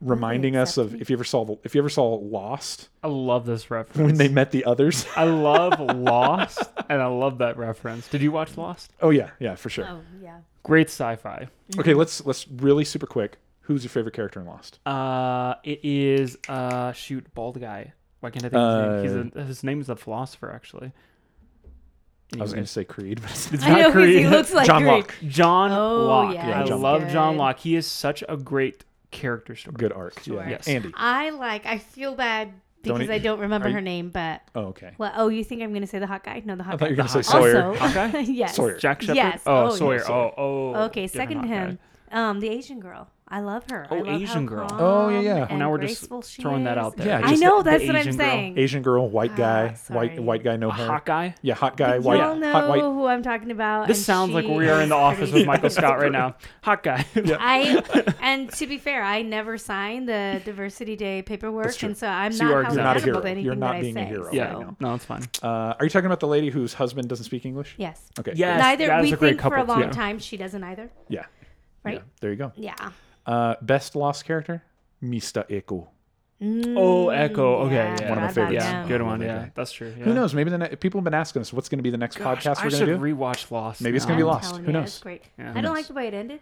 Speaker 1: reminding us
Speaker 3: accept
Speaker 1: of
Speaker 3: me?
Speaker 1: if you ever saw the, if you ever saw lost
Speaker 2: I love this reference.
Speaker 1: when they met the others
Speaker 2: I love Lost, and I love that reference. Did you watch Lost?
Speaker 1: Oh yeah, yeah, for sure.
Speaker 3: Oh yeah.
Speaker 2: Great sci-fi.
Speaker 3: Oh.
Speaker 1: Okay, let's let's really super quick. Who's your favorite character in Lost?
Speaker 2: Uh, it is uh, shoot, bald guy. Why can't I think of his name? He's a, his name is a philosopher, actually.
Speaker 1: Uh, I was going to say Creed, but it's
Speaker 2: It's
Speaker 3: I know
Speaker 2: not
Speaker 3: who he
Speaker 2: Creed.
Speaker 3: looks like.
Speaker 1: John
Speaker 3: Greek.
Speaker 1: Locke.
Speaker 2: John
Speaker 3: Oh,
Speaker 2: Locke.
Speaker 3: yeah,
Speaker 1: Yeah,
Speaker 2: I
Speaker 1: he's
Speaker 2: love John
Speaker 3: good.
Speaker 2: Locke. He is such a great character story.
Speaker 1: good arc.
Speaker 3: Sure.
Speaker 1: Yeah.
Speaker 2: Yes.
Speaker 1: Andy.
Speaker 3: I like. I feel bad because
Speaker 1: Don't
Speaker 3: I
Speaker 1: eat-
Speaker 3: don't remember
Speaker 1: are you-
Speaker 3: her name, but
Speaker 1: Oh, okay.
Speaker 3: well, oh, you think I'm gonna say the hot guy? No, the hot
Speaker 1: I thought
Speaker 3: guy.
Speaker 1: you were going to say
Speaker 2: The
Speaker 1: Sawyer.
Speaker 3: Also,
Speaker 2: Hawkeye?
Speaker 3: yes.
Speaker 1: Sawyer.
Speaker 2: Jack Shepard.
Speaker 3: Yes.
Speaker 2: Oh,
Speaker 3: Oh, yeah,
Speaker 2: Sawyer.
Speaker 1: Sawyer.
Speaker 2: Oh, oh.
Speaker 3: Okay,
Speaker 2: different
Speaker 3: second to
Speaker 2: Hawkeye.
Speaker 3: him. Um, the Asian girl. I love her. I
Speaker 2: Oh,
Speaker 3: love how
Speaker 2: Asian girl.
Speaker 3: calm
Speaker 1: Oh, yeah, yeah. Well,
Speaker 3: and
Speaker 2: now we're just
Speaker 3: graceful she
Speaker 2: throwing that
Speaker 3: is.
Speaker 2: out there.
Speaker 1: Yeah,
Speaker 3: I
Speaker 1: just
Speaker 3: know
Speaker 2: the- the
Speaker 3: that's what I'm
Speaker 2: Asian girl.
Speaker 3: saying.
Speaker 1: Asian girl, white
Speaker 3: Ah,
Speaker 1: guy,
Speaker 3: sorry.
Speaker 1: white white guy, no hair.
Speaker 2: Hawkeye.
Speaker 1: Yeah, hot guy,
Speaker 3: Y'all
Speaker 1: white,
Speaker 3: know
Speaker 1: hot white.
Speaker 3: who I'm talking about.
Speaker 2: This
Speaker 3: and
Speaker 2: sounds like
Speaker 3: she
Speaker 2: we are in the
Speaker 3: is
Speaker 2: office with
Speaker 3: pretty-
Speaker 2: Michael Scott right now. Hot guy.
Speaker 3: I and to be fair, I never signed the Diversity Day paperwork,
Speaker 1: true.
Speaker 3: and so I'm
Speaker 2: So you are
Speaker 3: not held
Speaker 2: exactly- You're
Speaker 1: hero. You're not
Speaker 2: not a
Speaker 3: accountable to anything that I
Speaker 1: being a
Speaker 3: say.
Speaker 1: hero.
Speaker 2: Yeah.
Speaker 3: so-
Speaker 2: No, it's fine.
Speaker 1: Uh, are you talking about the lady whose husband doesn't speak English?
Speaker 3: Yes.
Speaker 1: Okay.
Speaker 2: Yes.
Speaker 3: Neither
Speaker 2: that
Speaker 3: we
Speaker 2: is a great
Speaker 3: think for a
Speaker 2: couple,
Speaker 3: long
Speaker 2: too.
Speaker 3: time she doesn't either.
Speaker 1: Yeah.
Speaker 3: Right.
Speaker 1: Yeah, there you go.
Speaker 3: Yeah.
Speaker 1: Uh, best lost character, Mista Iku.
Speaker 2: Oh, Echo. Okay,
Speaker 3: yeah,
Speaker 2: yeah,
Speaker 1: One of my
Speaker 3: forgot about
Speaker 1: favorites.
Speaker 2: Yeah,
Speaker 3: him.
Speaker 2: good
Speaker 1: Yeah.
Speaker 2: one. Yeah,
Speaker 1: Yeah.
Speaker 2: that's true. Yeah.
Speaker 1: Who knows? Maybe the ne- people have been asking us what's going to be the next podcast
Speaker 2: I
Speaker 1: we're
Speaker 2: should
Speaker 1: going to do.
Speaker 2: rewatch Lost.
Speaker 1: Maybe it's
Speaker 2: now.
Speaker 1: gonna be
Speaker 3: I'm
Speaker 1: Lost.
Speaker 3: telling
Speaker 1: Who
Speaker 3: you,
Speaker 1: knows?
Speaker 3: It's great.
Speaker 2: Yeah.
Speaker 3: I
Speaker 2: Who
Speaker 3: don't
Speaker 1: knows?
Speaker 3: like the way it ended.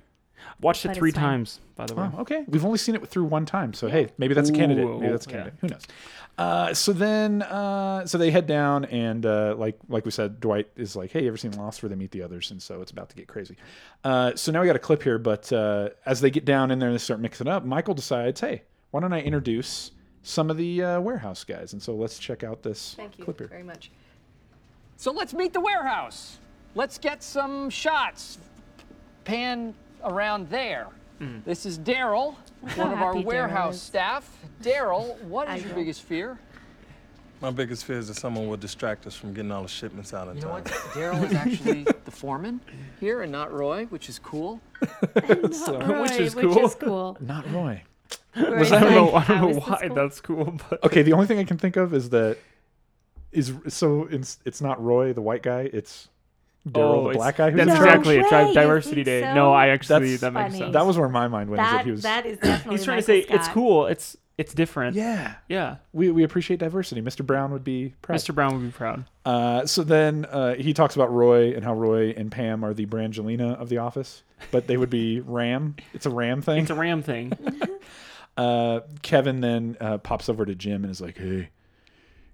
Speaker 2: Watched
Speaker 3: but
Speaker 2: it
Speaker 3: it's
Speaker 2: three
Speaker 3: fine.
Speaker 2: times, by the way.
Speaker 1: Oh, okay. We've only seen it through one time, so hey, maybe that's a candidate. Maybe
Speaker 2: Ooh,
Speaker 1: that's a
Speaker 2: yeah.
Speaker 1: candidate. Who knows? Uh, so then, uh, so they head down, and uh, like like we said, Dwight is like, "Hey, you ever seen Lost?" Where they meet the others, and so it's about to get crazy. Uh, so now we got a clip here, but uh, as they get down in there and they start mixing up, Michael decides, "Hey, why don't I introduce some of the uh, warehouse guys?" And so let's check out this
Speaker 4: Thank you
Speaker 1: clip here.
Speaker 4: very much.
Speaker 5: So let's meet the warehouse. Let's get some shots. Pan around there. This is Daryl, one of our
Speaker 3: happy Daryl
Speaker 5: warehouse
Speaker 3: is.
Speaker 5: staff. Daryl, what
Speaker 3: I
Speaker 5: is your
Speaker 3: know.
Speaker 5: biggest fear?
Speaker 6: My biggest fear is that someone will distract us from getting all the shipments out in
Speaker 5: You know
Speaker 6: time.
Speaker 5: what? Daryl is actually the foreman here and not Roy, which is cool.
Speaker 3: Right,
Speaker 2: is
Speaker 3: Which
Speaker 2: cool.
Speaker 3: is cool.
Speaker 1: Not Roy.
Speaker 3: Roy's
Speaker 2: I don't know. I
Speaker 3: like,
Speaker 2: don't know
Speaker 3: was this
Speaker 2: why
Speaker 3: cool?
Speaker 2: that's cool, but
Speaker 1: Okay, the only thing I can think of is that is so it's, it's not Roy, the white guy. It's Daryl, the
Speaker 2: Oh, it's-
Speaker 1: black guy. who's
Speaker 2: That's
Speaker 1: in
Speaker 3: No
Speaker 1: charge.
Speaker 2: exactly it.
Speaker 3: way,
Speaker 2: Di-
Speaker 3: you
Speaker 2: Diversity
Speaker 3: think
Speaker 2: Day.
Speaker 3: so?
Speaker 2: No, I actually
Speaker 1: That's
Speaker 2: that makes
Speaker 3: funny.
Speaker 2: sense.
Speaker 1: That was where my mind went. is that
Speaker 3: That,
Speaker 1: he was,
Speaker 3: that is definitely
Speaker 2: He's trying to
Speaker 3: Michael
Speaker 2: say it's
Speaker 3: Scott.
Speaker 2: cool. It's it's different.
Speaker 1: yeah,
Speaker 2: Yeah.
Speaker 1: we, we appreciate diversity. Mr. Brown would be proud.
Speaker 2: Mr. Brown would be proud.
Speaker 1: Uh, so then uh, he talks about Roy and how Roy and Pam are the Brangelina of the office, but they would be Ram. It's a Ram thing.
Speaker 2: It's a Ram thing.
Speaker 1: Uh, Kevin then uh, pops over to Jim and is like, "Hey,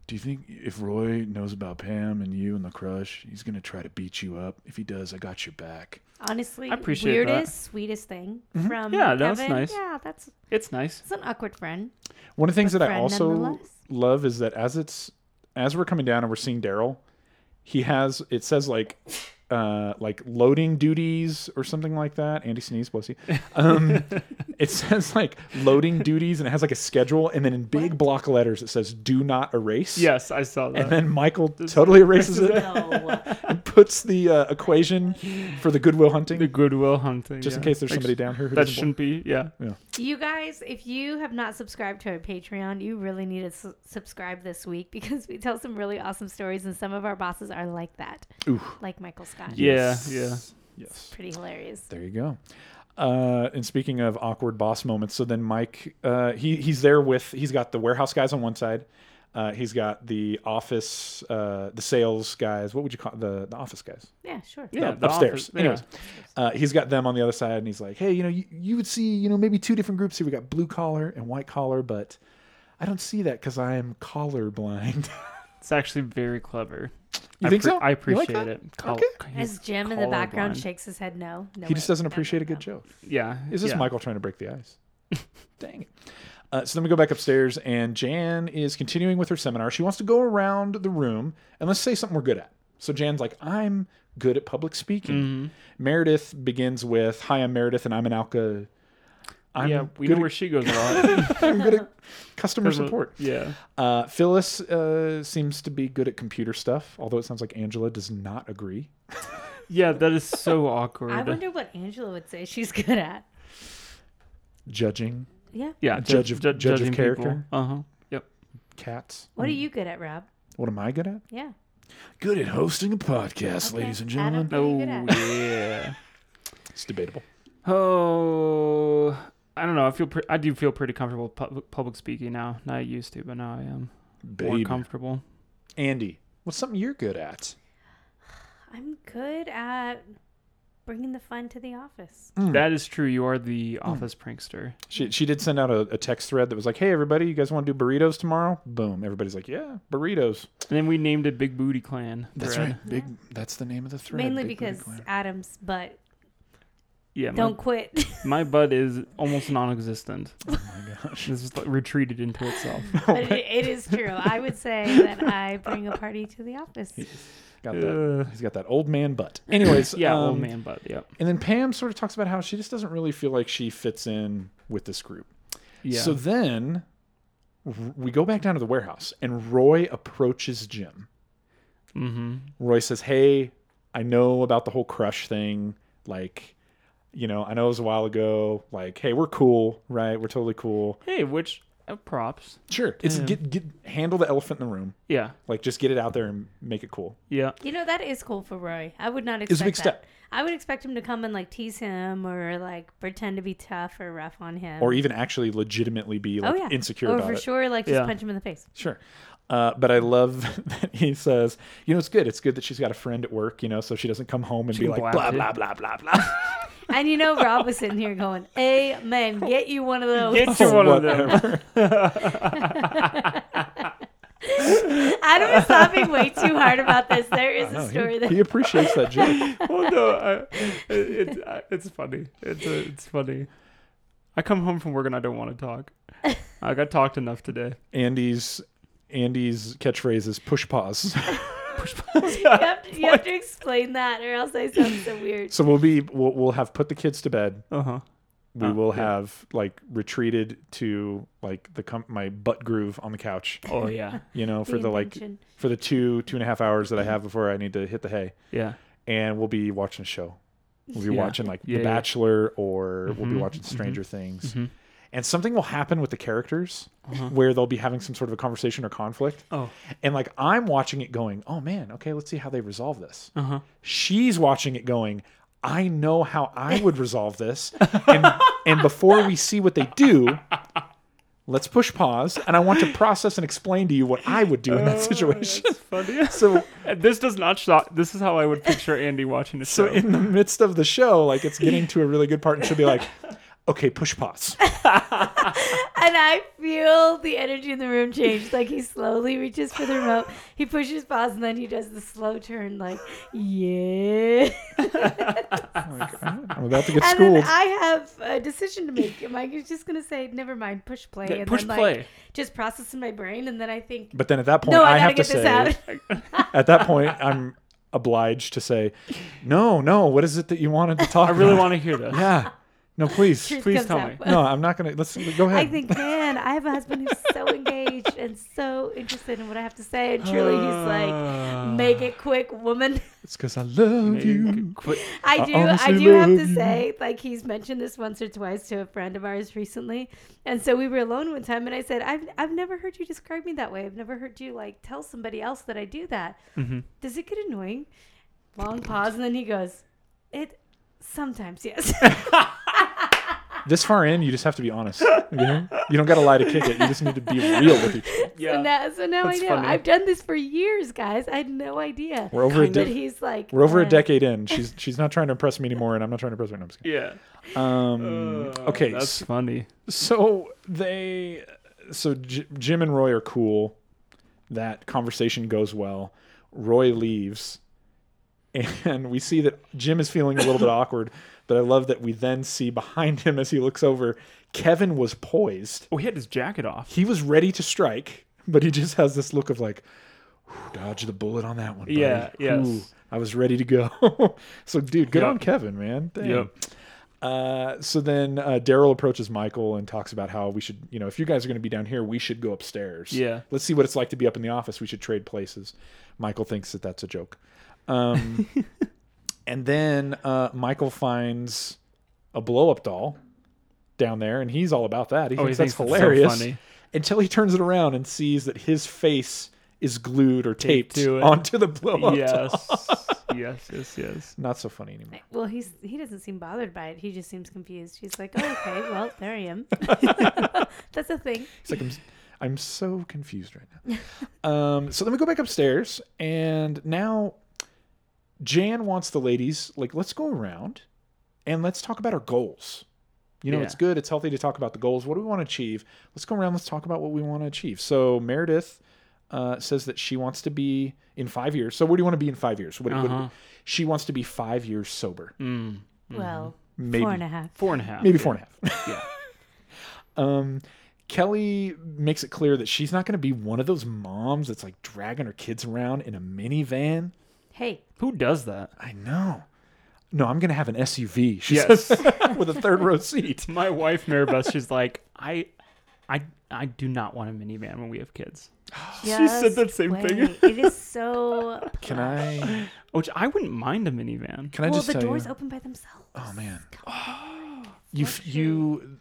Speaker 1: Do you think if Roy knows about Pam and you and the crush, he's gonna try to beat you up? If he does, I got your back.
Speaker 3: Honestly,
Speaker 2: I appreciate that.
Speaker 3: weirdest, sweetest thing from
Speaker 2: Yeah, that's
Speaker 3: Kevin.
Speaker 2: nice.
Speaker 3: Yeah, that's
Speaker 2: It's nice.
Speaker 3: it's an awkward friend.
Speaker 1: One of the things
Speaker 3: But
Speaker 1: that I
Speaker 3: friend
Speaker 1: also
Speaker 3: nonetheless.
Speaker 1: love is that as it's as we're coming down and we're seeing Daryl, he has it says like uh like loading duties or something like that. Andy sneeze, bless you. Um it says like loading duties and it has like a schedule and then in big block letters it says do not erase.
Speaker 2: Yes, I saw that.
Speaker 1: And then Michael totally erases it
Speaker 3: No,
Speaker 1: and puts the uh, equation for the Goodwill Hunting,
Speaker 2: the Goodwill Hunting.
Speaker 1: just in
Speaker 2: yeah.
Speaker 1: case there's
Speaker 2: Like,
Speaker 1: somebody down here who
Speaker 2: that
Speaker 1: doesn't
Speaker 2: shouldn't be. Yeah.
Speaker 3: you guys, if you have not subscribed to our Patreon, you really need to su- subscribe this week because we tell some really awesome stories, and some of our bosses are like that,
Speaker 1: Ooh.
Speaker 3: like Michael Scott.
Speaker 2: Yeah. Yeah.
Speaker 1: Yes.
Speaker 3: pretty hilarious.
Speaker 1: There you go. Uh, and speaking of awkward boss moments, so then Mike, uh, he he's there with he's got the warehouse guys on one side, uh, he's got the office, uh, the sales guys. What would you call the the office guys?
Speaker 3: Yeah, sure.
Speaker 2: Yeah.
Speaker 1: Up-
Speaker 2: the
Speaker 1: upstairs.
Speaker 2: office, yeah.
Speaker 1: Anyways, uh, he's got them on the other side, and he's like, "Hey, you know, you, you would see, you know, maybe two different groups here. We got blue collar and white collar, but I don't see that because I am collar blind.
Speaker 2: It's actually very clever.
Speaker 1: You
Speaker 2: I
Speaker 1: think
Speaker 2: pre-
Speaker 1: so?
Speaker 2: I
Speaker 1: You like
Speaker 2: appreciate
Speaker 1: that?
Speaker 2: it. Col-
Speaker 1: Okay.
Speaker 2: he's
Speaker 3: As Jim in the background
Speaker 2: colorblind.
Speaker 3: shakes his head, no, no.
Speaker 1: he just
Speaker 3: way.
Speaker 1: doesn't
Speaker 3: No, no,
Speaker 1: appreciate a
Speaker 3: no.
Speaker 1: good joke.
Speaker 2: Yeah.
Speaker 1: Is this
Speaker 2: yeah.
Speaker 1: Michael trying to break the ice? Dang it. Uh, so then we go back upstairs, and Jan is continuing with her seminar. She wants to go around the room and let's say something we're good at. So Jan's like, I'm good at public speaking. Mm-hmm. Meredith begins with, Hi, I'm Meredith, and I'm an Alka. I'm
Speaker 2: yeah, we
Speaker 1: good
Speaker 2: know where she goes a lot.
Speaker 1: I'm good at customer support.
Speaker 2: Yeah.
Speaker 1: Uh, Phyllis uh, seems to be good at computer stuff, although it sounds like Angela does not agree.
Speaker 2: Yeah, that is so awkward.
Speaker 3: I wonder what Angela would say she's good at.
Speaker 1: Judging
Speaker 3: Yeah.
Speaker 2: yeah,
Speaker 1: judge of- judge of character.
Speaker 2: Uh huh. Yep.
Speaker 1: cats.
Speaker 3: What are you good at, Rob?
Speaker 1: What am I good at?
Speaker 3: Yeah.
Speaker 1: Good at hosting a podcast,
Speaker 3: Okay.
Speaker 1: ladies and gentlemen.
Speaker 3: Adam, what are you
Speaker 2: Oh
Speaker 3: good at?
Speaker 2: yeah.
Speaker 1: It's debatable.
Speaker 2: Oh, I don't know. I feel pre- I do feel pretty comfortable with pub- public speaking now. Not I used to, but now I am more
Speaker 1: Baby.
Speaker 2: comfortable.
Speaker 1: Andy, what's something you're good at?
Speaker 3: I'm good at bringing the fun to the office.
Speaker 1: Mm.
Speaker 2: That is true. You are the office prankster.
Speaker 1: She, she did send out a, a text thread that was like, hey, everybody, you guys want to do burritos tomorrow? Boom. Everybody's like, yeah, burritos.
Speaker 2: And then we named it Big Booty Clan. thread.
Speaker 1: Big. That's the name of the thread.
Speaker 3: Mainly
Speaker 1: Big Booty
Speaker 3: because
Speaker 1: Clan.
Speaker 3: Adam's butt.
Speaker 2: Yeah. my-
Speaker 3: Don't quit.
Speaker 2: My butt is almost non-existent. Oh my gosh! This is like retreated into itself.
Speaker 3: but it, it is true. I would say that I bring a party to the office.
Speaker 1: Got that.
Speaker 2: Ugh.
Speaker 1: He's got that old man butt. Anyways,
Speaker 2: yeah, old
Speaker 1: um,
Speaker 2: man butt. Yep.
Speaker 1: And then Pam sort of talks about how she just doesn't really feel like she fits in with this group.
Speaker 2: Yeah.
Speaker 1: So then r- we go back down to the warehouse, and Roy approaches Jim.
Speaker 2: mm-hmm.
Speaker 1: Roy says, "Hey, I know about the whole crush thing. Like, you know, I know it was a while ago. Like, hey, we're cool, right? We're totally cool.
Speaker 2: Hey, which uh, props?
Speaker 1: Sure, it's get get handle the elephant in the room.
Speaker 2: Yeah.
Speaker 1: Like, just get it out there and make it cool.
Speaker 2: Yeah.
Speaker 3: You know, that is cool for Roy. I would not expect
Speaker 1: was a big
Speaker 3: that.
Speaker 1: step.
Speaker 3: I would expect him to come and like tease him or like pretend to be tough or rough on him.
Speaker 1: Or even actually legitimately be like
Speaker 3: oh yeah,
Speaker 1: insecure
Speaker 3: or
Speaker 1: about
Speaker 3: for
Speaker 1: it.
Speaker 3: sure, like just
Speaker 2: Yeah.
Speaker 3: punch him in the face.
Speaker 1: Sure. Uh, but I love that he says, you know, it's good. It's good that she's got a friend at work, you know, so she doesn't come home and be
Speaker 2: can
Speaker 1: like,
Speaker 2: blab
Speaker 1: blah,
Speaker 2: it.
Speaker 1: blah, blah, blah, blah.
Speaker 3: And you know, Rob was sitting here going, "Amen." Get you one of those.
Speaker 2: Get you one of them.
Speaker 1: Whatever.
Speaker 3: Adam is laughing way too hard about this. There is
Speaker 1: No,
Speaker 3: a
Speaker 1: he-
Speaker 3: story that
Speaker 1: he appreciates that joke.
Speaker 2: well, Oh, no, I, it, it, I- it's funny. It's uh, it's funny. I come home from work and I don't want to talk. I got talked enough today.
Speaker 1: Andy's Andy's catchphrase is push pause.
Speaker 3: you, have to, you have to explain that, or else I sound so weird.
Speaker 1: so we'll be we'll, we'll have put the kids to bed.
Speaker 2: Uh huh.
Speaker 1: We
Speaker 2: Oh,
Speaker 1: will
Speaker 2: yeah.
Speaker 1: have like retreated to like the com- my butt groove on the couch.
Speaker 2: Oh yeah.
Speaker 1: You know, for
Speaker 3: The
Speaker 1: the like
Speaker 3: invention.
Speaker 1: for the two two and a half hours that I have before I need to hit the hay,
Speaker 2: Yeah.
Speaker 1: and we'll be watching a show. We'll be
Speaker 2: Yeah.
Speaker 1: watching like
Speaker 2: Yeah,
Speaker 1: The
Speaker 2: yeah. Mm-hmm.
Speaker 1: Bachelor, or we'll be watching Stranger Things. And something will happen with the characters where they'll be having some sort of a conversation or conflict.
Speaker 2: Uh-huh. Oh.
Speaker 1: And like I'm watching it going, oh man, okay, let's see how they resolve this.
Speaker 2: Uh huh.
Speaker 1: She's watching it going, I know how I would resolve this. And, and before we see what they do, let's push pause. And I want to process and explain to you what I would do in
Speaker 3: Oh,
Speaker 1: that situation.
Speaker 2: Funny.
Speaker 1: So,
Speaker 2: this does not shock. This is how I would picture Andy watching the
Speaker 1: so
Speaker 2: show.
Speaker 1: in the midst of the show, like it's getting to a really good part, and she'll be like, okay, push pause.
Speaker 3: And I feel the energy in the room change. Like he slowly reaches for the remote, he pushes pause, and then he does the slow turn, like, yeah.
Speaker 1: I'm about to get
Speaker 3: And
Speaker 1: schooled.
Speaker 3: then I have a decision to make. Am I just going to say, never mind, push play?
Speaker 2: Yeah,
Speaker 3: and
Speaker 2: push
Speaker 3: then, like,
Speaker 2: play.
Speaker 3: Just process in my brain, and then I think,
Speaker 1: but then at that point,
Speaker 3: no, I,
Speaker 1: I,
Speaker 3: gotta
Speaker 1: have to
Speaker 3: get
Speaker 1: say,
Speaker 3: this out.
Speaker 1: at that point, I'm obliged to say, no, no, what is it that you wanted to talk
Speaker 2: I really
Speaker 1: about?
Speaker 2: want to hear this.
Speaker 1: Yeah. No, please.
Speaker 3: Truth
Speaker 2: please
Speaker 3: comes
Speaker 2: tell
Speaker 3: out.
Speaker 2: me.
Speaker 1: No, I'm not going to. Let's go ahead.
Speaker 3: I think, man, I have a husband who's so engaged and so interested in what I have to say. And truly, he's like, make it quick, woman.
Speaker 1: it's because I love you.
Speaker 2: Quit.
Speaker 3: I
Speaker 1: I
Speaker 3: do. I,
Speaker 1: honestly
Speaker 3: do have
Speaker 1: love
Speaker 3: to
Speaker 1: you.
Speaker 3: say, like he's mentioned this once or twice to a friend of ours recently, and so we were alone one time, and I said, "I've I've never heard you describe me that way. I've never heard you like tell somebody else that I do that. Does it get annoying?" Long pause, and then he goes, "It sometimes yes."
Speaker 1: This far in, you just have to be honest. You, know? you don't got to lie to kick it. You just need to be real with each other.
Speaker 2: Yeah.
Speaker 3: so now, so now I
Speaker 2: That's
Speaker 3: know.
Speaker 2: funny.
Speaker 3: I've done this for years, guys. I had no idea.
Speaker 1: We're over a
Speaker 3: But
Speaker 1: de-
Speaker 3: he's like,
Speaker 1: We're over a
Speaker 3: "Man."
Speaker 1: decade in. She's she's not trying to impress me anymore, and I'm not trying to impress her. No, I'm just kidding.
Speaker 2: yeah. Mm, Oh,
Speaker 1: Um, okay,
Speaker 2: That's
Speaker 1: s-
Speaker 2: funny.
Speaker 1: so they, so J- Jim and Roy are cool. That conversation goes well. Roy leaves, and we see that Jim is feeling a little bit awkward. But I love that we then see behind him as he looks over, Kevin was poised.
Speaker 2: Oh, he had his jacket off.
Speaker 1: He was ready to strike, but he just has this look of like, "Whew, dodge the bullet on that one. Buddy.
Speaker 2: Yeah, yes.
Speaker 1: I was ready to go. so, dude, good
Speaker 2: Yep.
Speaker 1: on Kevin, man. Dang. Uh, so then uh, Daryl approaches Michael and talks about how we should, you know, if you guys are going to be down here, we should go upstairs.
Speaker 2: Yeah.
Speaker 1: Let's see what it's like to be up in the office. We should trade places. Michael thinks that that's a joke. Um, and then uh, Michael finds a blow up doll down there, and he's all about that. He
Speaker 2: Oh, he
Speaker 1: thinks that's
Speaker 2: thinks it's so
Speaker 1: hilarious
Speaker 2: funny.
Speaker 1: until he turns it around and sees that his face is glued or taped,
Speaker 2: to it.
Speaker 1: onto the blow up doll.
Speaker 2: Yes. yes. Yes. Yes.
Speaker 1: Not so funny anymore.
Speaker 3: Well, he's he doesn't seem bothered by it. He just seems confused. He's like, oh, "Okay, well, there I am. That's a thing."
Speaker 1: It's like I'm, I'm so confused right now. Um, so then we go back upstairs, and now Jan wants the ladies like let's go around and let's talk about our goals. You know,
Speaker 2: Yeah.
Speaker 1: it's good. It's healthy to talk about the goals. What do we want to achieve? Let's go around. Let's talk about what we want to achieve. So Meredith uh, says that she wants to be in five years. So where do you want to be in five years? What, what-
Speaker 2: Uh-huh. Mm.
Speaker 1: she wants to be five years sober,
Speaker 3: Well,
Speaker 1: Mm-hmm. Maybe.
Speaker 3: four and a half.
Speaker 2: Four and a half.
Speaker 1: maybe four and a half.
Speaker 2: Yeah.
Speaker 1: Um, Kelly makes it clear that she's not going to be one of those moms that's like dragging her kids around in a minivan.
Speaker 3: Hey,
Speaker 2: Who does that?
Speaker 1: I know. No, I'm going to have an SUV. She
Speaker 2: Yes.
Speaker 1: says with a third row seat.
Speaker 2: My wife Maribeth, she's like, I, I, I do not want a minivan when we have kids. She said that
Speaker 3: just
Speaker 2: same thing.
Speaker 3: wait. it is so.
Speaker 1: Can I?
Speaker 2: Which I wouldn't mind a minivan.
Speaker 1: Can I
Speaker 3: well,
Speaker 1: just
Speaker 3: the
Speaker 1: tell
Speaker 3: doors
Speaker 1: you?
Speaker 3: open by themselves.
Speaker 1: Oh man, you f- you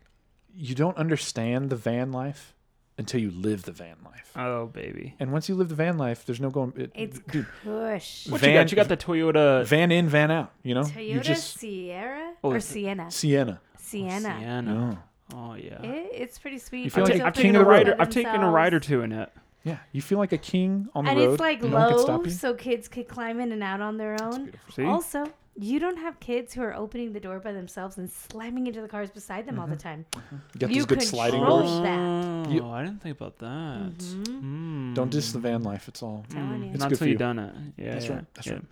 Speaker 1: you don't understand the van life until you live the van life.
Speaker 2: Oh baby.
Speaker 1: And once you live the van life, there's no going. It,
Speaker 3: It's
Speaker 1: dude,
Speaker 3: push.
Speaker 2: What
Speaker 1: Van-
Speaker 2: you got? You got the Toyota
Speaker 1: van in, van out. You know, you
Speaker 3: Toyota
Speaker 1: just Oh,
Speaker 3: Sierra
Speaker 2: Oh,
Speaker 3: or
Speaker 2: it's-
Speaker 3: Sienna?
Speaker 1: Sienna.
Speaker 3: Sienna.
Speaker 2: Sienna. Oh yeah.
Speaker 3: It, it's pretty sweet.
Speaker 1: You
Speaker 3: The
Speaker 1: feel
Speaker 2: I've,
Speaker 1: like
Speaker 3: doors
Speaker 2: ta-
Speaker 1: a
Speaker 2: I've
Speaker 3: open
Speaker 1: king
Speaker 2: taken
Speaker 1: of the
Speaker 2: a
Speaker 3: by
Speaker 1: road.
Speaker 2: ride. I've taken a
Speaker 3: themselves.
Speaker 2: ride or two in it.
Speaker 1: Yeah, you feel like a king on the
Speaker 3: And
Speaker 1: road.
Speaker 3: it's like
Speaker 1: no one can
Speaker 3: low,
Speaker 1: stop you.
Speaker 3: so kids could climb in and out on their own.
Speaker 2: See?
Speaker 3: Also, you don't have kids who are opening the door by themselves and slamming into the cars beside them all the
Speaker 1: Mm-hmm.
Speaker 3: time.
Speaker 1: Get
Speaker 3: You
Speaker 1: those good sliding
Speaker 3: control
Speaker 1: doors.
Speaker 3: that. Mm-hmm.
Speaker 2: Oh,
Speaker 1: You-
Speaker 2: I didn't think about that. Hmm.
Speaker 1: Don't diss the van life. It's all.
Speaker 3: Telling you.
Speaker 1: It's
Speaker 2: Not
Speaker 1: good for
Speaker 2: until you
Speaker 1: you.
Speaker 2: done it. Yeah.
Speaker 1: That's
Speaker 2: yeah,
Speaker 1: right. That's
Speaker 2: yeah.
Speaker 1: right.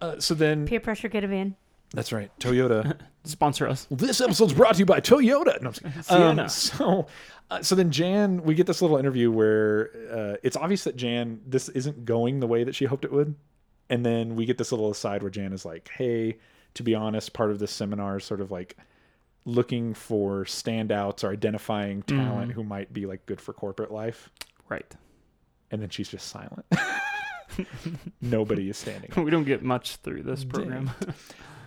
Speaker 1: Uh, so then,
Speaker 3: Peer pressure, get a van.
Speaker 1: that's right. Toyota.
Speaker 2: Sponsor us.
Speaker 1: this episode's brought to you by Toyota. No, I'm just kidding. Um,
Speaker 2: Sienna.
Speaker 1: so, uh, so then Jan, we get this little interview where uh, it's obvious that Jan, this isn't going the way that she hoped it would, and then we get this little aside where Jan is like, "Hey, to be honest, part of this seminar is sort of like." looking for standouts or identifying
Speaker 3: Mm-hmm.
Speaker 1: talent who might be like good for corporate life
Speaker 2: Right.
Speaker 1: and then she's just silent. Nobody is standing.
Speaker 2: We don't get much through this program.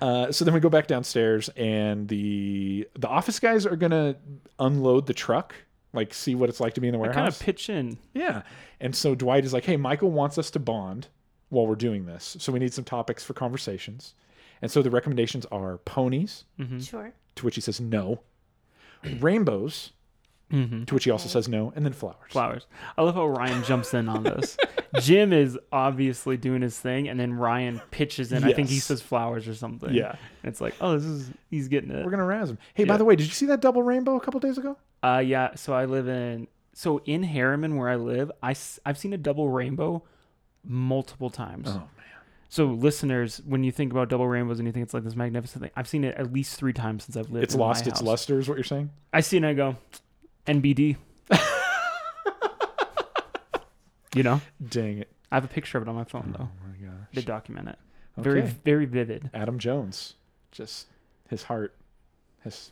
Speaker 1: Uh, so then we go back downstairs, and the the office guys are gonna unload the truck, like see what it's like to be in the
Speaker 2: kind
Speaker 1: warehouse.
Speaker 2: of pitch in.
Speaker 1: yeah. And so Dwight is like, "Hey, Michael wants us to bond while we're doing this, so we need some topics for conversations." And so the Mm-hmm. recommendations are ponies,
Speaker 3: Sure.
Speaker 1: to which he says no, rainbows,
Speaker 2: Mm-hmm.
Speaker 1: To which he also says no, and then flowers.
Speaker 2: flowers. I love how Ryan jumps in on this. Jim is obviously doing his thing, and then Ryan pitches in. I think he
Speaker 1: Yes.
Speaker 2: says flowers or something.
Speaker 1: Yeah.
Speaker 2: and it's like, oh, this is he's getting it.
Speaker 1: We're gonna razz him. Hey,
Speaker 2: Yeah.
Speaker 1: by the way, did you see that double rainbow a couple days ago?
Speaker 2: uh, yeah. So I live in so in Harriman where I live. I have seen a double rainbow multiple times.
Speaker 1: Oh,
Speaker 2: So listeners, when you think about double rainbows and you think it's like this magnificent thing, I've seen it at least three times since I've lived.
Speaker 1: It's
Speaker 2: in
Speaker 1: lost
Speaker 2: my
Speaker 1: its
Speaker 2: house.
Speaker 1: luster, is what you're saying.
Speaker 2: I see it and I go, NBD. you know,
Speaker 1: Dang it,
Speaker 2: I have a picture of it on my phone though.
Speaker 1: Oh my gosh.
Speaker 2: They document it. Very,
Speaker 1: Okay.
Speaker 2: very vivid.
Speaker 1: Adam Jones, just his heart, his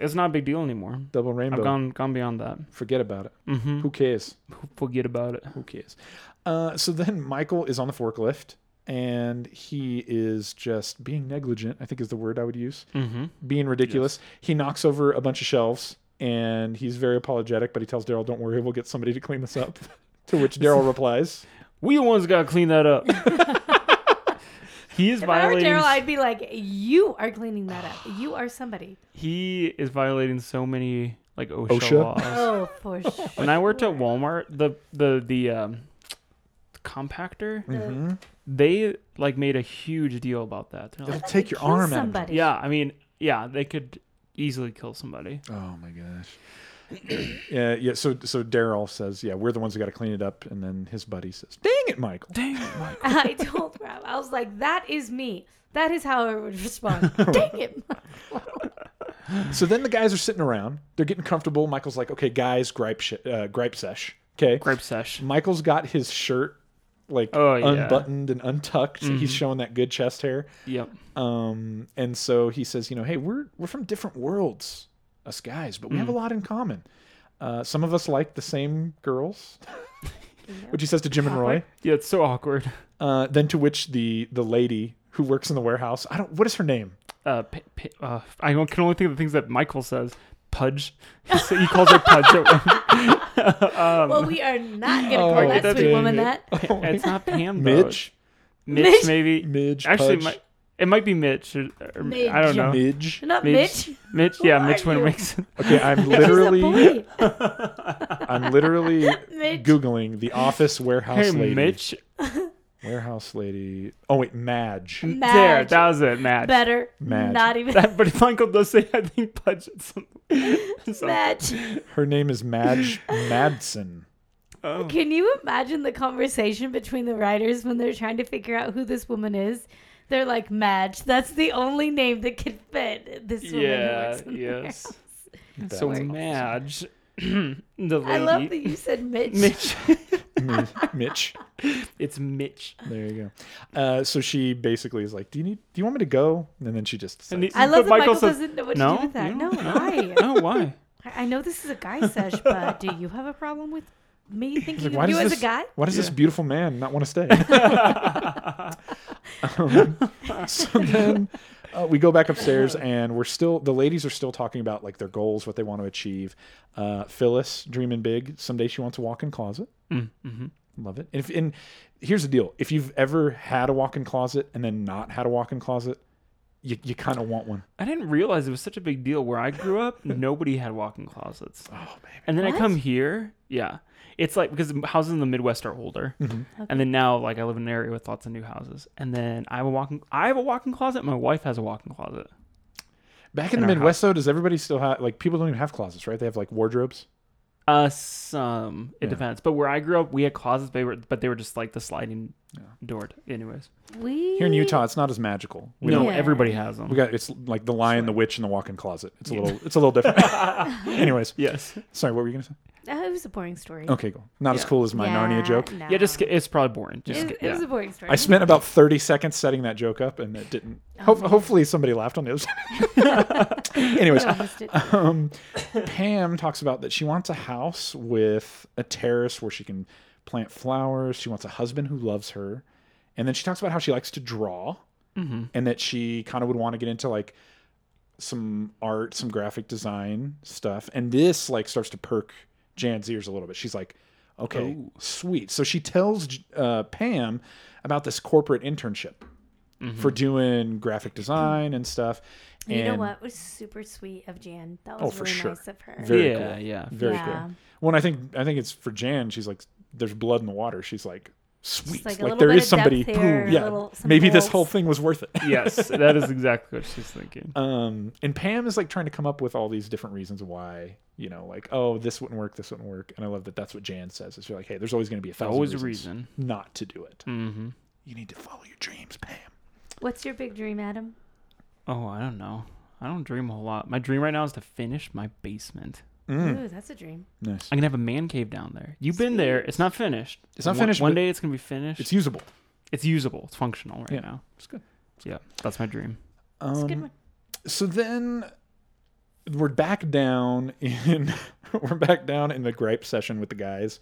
Speaker 2: It's not a big deal anymore.
Speaker 1: double rainbow.
Speaker 2: I've gone gone beyond that.
Speaker 1: Forget about it.
Speaker 2: Mm-hmm.
Speaker 1: Who cares?
Speaker 2: Forget about it.
Speaker 1: Who cares? Uh, so then Michael is on the forklift and he is just being negligent, I think is the word I would use,
Speaker 2: Mm-hmm.
Speaker 1: being ridiculous. He knocks over a bunch of shelves and he's very apologetic, but he tells Daryl, don't worry, we'll get somebody to clean this up. to which Daryl replies,
Speaker 2: We the ones got to clean that up. he is
Speaker 3: If I were
Speaker 2: violating.
Speaker 3: Daryl,
Speaker 2: s-
Speaker 3: I'd be like, "You are cleaning that up. You are somebody."
Speaker 2: He is violating so many like OSHA,
Speaker 1: OSHA?
Speaker 2: laws.
Speaker 3: Oh, for sure.
Speaker 2: when I worked at Walmart, the the the um, compactor,
Speaker 3: Mm-hmm.
Speaker 1: Mhm.
Speaker 2: they like made a huge deal about that. They're
Speaker 1: it'll
Speaker 2: like,
Speaker 1: take your
Speaker 3: Kill
Speaker 1: arm out. of me."
Speaker 3: somebody.
Speaker 2: yeah, I mean, yeah, they could easily kill somebody.
Speaker 1: Oh my gosh. yeah, yeah. So so Daryl says, yeah, we're the ones who got to clean it up, and then his buddy says, "Dang it, Michael."
Speaker 2: Dang, it, Mike.
Speaker 3: I told Rob, I was like, "That is me. That is how I would respond." Dang it!
Speaker 1: So then the guys are sitting around. They're getting comfortable. Michael's like, okay, guys, gripe, sh- uh, gripe sesh. Okay.
Speaker 2: grape sesh.
Speaker 1: Michael's got his shirt like
Speaker 2: Oh, yeah. Mm-hmm.
Speaker 1: unbuttoned and untucked. He's showing that good chest hair.
Speaker 2: Yep.
Speaker 1: Um, and so he says, you know, hey, we're we're from different worlds, us guys, but we
Speaker 2: Mm.
Speaker 1: have a lot in common. Uh, some of us like the same girls, which he says to Jim and Roy.
Speaker 2: Yeah, it's so awkward.
Speaker 1: Uh, then to which the the lady who works in the warehouse, I don't. What is her name?
Speaker 2: uh, p- p- uh, I don't- can only think of the things that Michael says. Pudge. He, sa- he calls her Pudge. at-
Speaker 3: well, we are not
Speaker 1: Um, Oh,
Speaker 3: gonna call that
Speaker 2: that's
Speaker 3: sweet
Speaker 1: dang
Speaker 3: woman
Speaker 1: it.
Speaker 3: that.
Speaker 2: it's not Pam. though.
Speaker 1: Midge,
Speaker 2: Mitch,
Speaker 3: Mitch?
Speaker 2: maybe.
Speaker 1: Midge, Pudge.
Speaker 2: Actually, it might, it might be Mitch. Or, or-
Speaker 3: Midge.
Speaker 2: I don't know. Mitch.
Speaker 1: Midge.
Speaker 3: Not
Speaker 2: Mitch.
Speaker 3: Mitch.
Speaker 2: yeah,
Speaker 3: Who
Speaker 2: Mitch
Speaker 3: are
Speaker 2: when it
Speaker 3: you?
Speaker 2: makes it.
Speaker 1: Okay, I'm
Speaker 3: Literally.
Speaker 1: literally.
Speaker 3: boy.
Speaker 1: I'm literally
Speaker 3: Mitch.
Speaker 1: googling the office warehouse
Speaker 2: Hey,
Speaker 1: lady.
Speaker 2: Mitch.
Speaker 1: Warehouse lady. Oh wait, Madge.
Speaker 2: There,
Speaker 3: Madge.
Speaker 2: that was it, Madge.
Speaker 3: Better.
Speaker 1: Madge.
Speaker 3: Not even
Speaker 2: That- but Michael does say, I think Pudge at some so-
Speaker 3: Madge.
Speaker 1: Her name is Madge Madsen.
Speaker 2: oh.
Speaker 3: Can you imagine the conversation between the writers when they're trying to figure out who this woman is? They're like, Madge, that's the only name that could fit this woman who
Speaker 2: Yeah,
Speaker 3: works in the
Speaker 2: yes.
Speaker 3: warehouse."
Speaker 2: So
Speaker 1: That's
Speaker 2: Madge, the lady.
Speaker 3: I love that you said Mitch.
Speaker 2: Mitch.
Speaker 1: Mi- Mitch.
Speaker 2: it's Mitch.
Speaker 1: There you go. Uh, so she basically is like, "Do you need? Do you want me to go?" And then she just.
Speaker 2: And
Speaker 1: decides-
Speaker 2: the-
Speaker 3: I love
Speaker 2: But
Speaker 3: that Michael,
Speaker 2: Michael says,
Speaker 3: doesn't know what
Speaker 2: "No,
Speaker 3: to do with that.
Speaker 2: no,
Speaker 3: No,
Speaker 2: no."
Speaker 3: why?
Speaker 2: Oh, why?
Speaker 3: I I know this is a guy sesh, but do you have a problem with me
Speaker 1: like,
Speaker 3: thinking of
Speaker 1: does
Speaker 3: you as
Speaker 1: this-
Speaker 3: a guy?
Speaker 1: Why does this
Speaker 2: Yeah.
Speaker 1: beautiful man not want to stay?
Speaker 2: Mm,
Speaker 1: Um, so then uh, we go back upstairs, and we're still the ladies are still talking about like their goals, what they want to achieve. Uh, Phyllis dreaming big. Someday she wants a walk-in closet.
Speaker 2: mm-hmm.
Speaker 1: Love it. And, if, and here's the deal: if you've ever had a walk-in closet and then not had a walk-in closet, you, you kind of want one.
Speaker 2: I didn't realize it was such a big deal where I grew up. nobody had walk-in closets,
Speaker 1: Oh baby.
Speaker 2: and then I
Speaker 3: What?
Speaker 2: come here. Yeah, it's like because houses in the Midwest are older,
Speaker 1: Mm-hmm.
Speaker 2: and then now like I live in an area with lots of new houses, and then I have a walk-in. I have a walk-in closet. My wife has a walk-in closet.
Speaker 1: Back in,
Speaker 2: In
Speaker 1: the
Speaker 2: our
Speaker 1: Midwest, though, does everybody still have like people don't even have closets, right? They have like wardrobes.
Speaker 2: Uh, some it
Speaker 1: Yeah.
Speaker 2: depends, but where I grew up, we had closets, but they were but they were just like the sliding door. To, anyways,
Speaker 3: We
Speaker 1: Here in Utah, it's not as magical. We
Speaker 2: no,
Speaker 1: don't-
Speaker 3: Yeah.
Speaker 2: everybody has them.
Speaker 1: we got it's like the lion, the witch, and the walk-in closet. It's a little, it's a little different. Anyways,
Speaker 2: yes,
Speaker 1: sorry, what were you gonna say?
Speaker 3: Uh, it was a boring story.
Speaker 1: Okay, cool. Not as
Speaker 2: Yeah.
Speaker 1: cool as my Narnia joke.
Speaker 3: no.
Speaker 2: yeah, just it's probably boring. Just
Speaker 3: It, it
Speaker 2: yeah.
Speaker 3: was a boring story.
Speaker 1: I spent about 30 seconds setting that joke up and it didn't.
Speaker 3: Oh,
Speaker 1: Ho- hopefully, somebody laughed on the other side. Anyways,
Speaker 3: I missed it.
Speaker 1: um, Pam talks about that she wants a house with a terrace where she can plant flowers. She wants a husband who loves her. And then she talks about how she likes to draw and that she kind of would want to get into like some art, some graphic design stuff. And this like starts to perk Jan's ears a little bit. She's like, okay, sweet. So she tells uh, Pam about this corporate internship for doing graphic design and stuff.
Speaker 3: You know
Speaker 1: And-
Speaker 3: what? It was super sweet of Jan. That was
Speaker 1: Oh,
Speaker 3: really
Speaker 1: for sure.
Speaker 3: nice of her.
Speaker 1: Very
Speaker 2: yeah,
Speaker 1: cool.
Speaker 2: yeah.
Speaker 1: Very
Speaker 3: Yeah.
Speaker 1: cool. Well, and I think I think it's for Jan. She's like, there's blood in the water. She's like, sweet.
Speaker 3: like
Speaker 1: Like,
Speaker 3: a little
Speaker 1: there
Speaker 3: bit
Speaker 1: is
Speaker 3: of depth
Speaker 1: somebody.
Speaker 3: there,
Speaker 1: boom,
Speaker 3: a
Speaker 1: yeah.
Speaker 3: little- some
Speaker 1: Maybe this
Speaker 3: holes.
Speaker 1: whole thing was worth it.
Speaker 2: yes, that is exactly what she's thinking.
Speaker 1: Um, and Pam is like trying to come up with all these different reasons why. You know, like, oh, this wouldn't work, this wouldn't work, and I love that. That's what Jan says. It's like, hey, there's always going to be a thousand
Speaker 2: Always a
Speaker 1: reasons
Speaker 2: reason.
Speaker 1: not to do it. You need to follow your dreams, Pam.
Speaker 3: What's your big dream, Adam?
Speaker 2: Oh, I don't know. I don't dream a whole lot. My dream right now is to finish my basement.
Speaker 1: Mm.
Speaker 3: Ooh, that's a dream.
Speaker 1: Nice.
Speaker 2: I'm gonna have a man cave down there. You've been there. It's not finished.
Speaker 1: It's not
Speaker 2: One-
Speaker 1: finished,
Speaker 2: One,
Speaker 1: but
Speaker 2: day it's gonna be finished.
Speaker 1: It's
Speaker 2: It's,
Speaker 1: usable.
Speaker 2: usable. It's functional right
Speaker 1: Yeah.
Speaker 2: now.
Speaker 1: It's good.
Speaker 2: Yeah, that's my dream.
Speaker 3: That's
Speaker 1: Um,
Speaker 3: a good one.
Speaker 1: so then we're back down in we're back down in the gripe session with the guys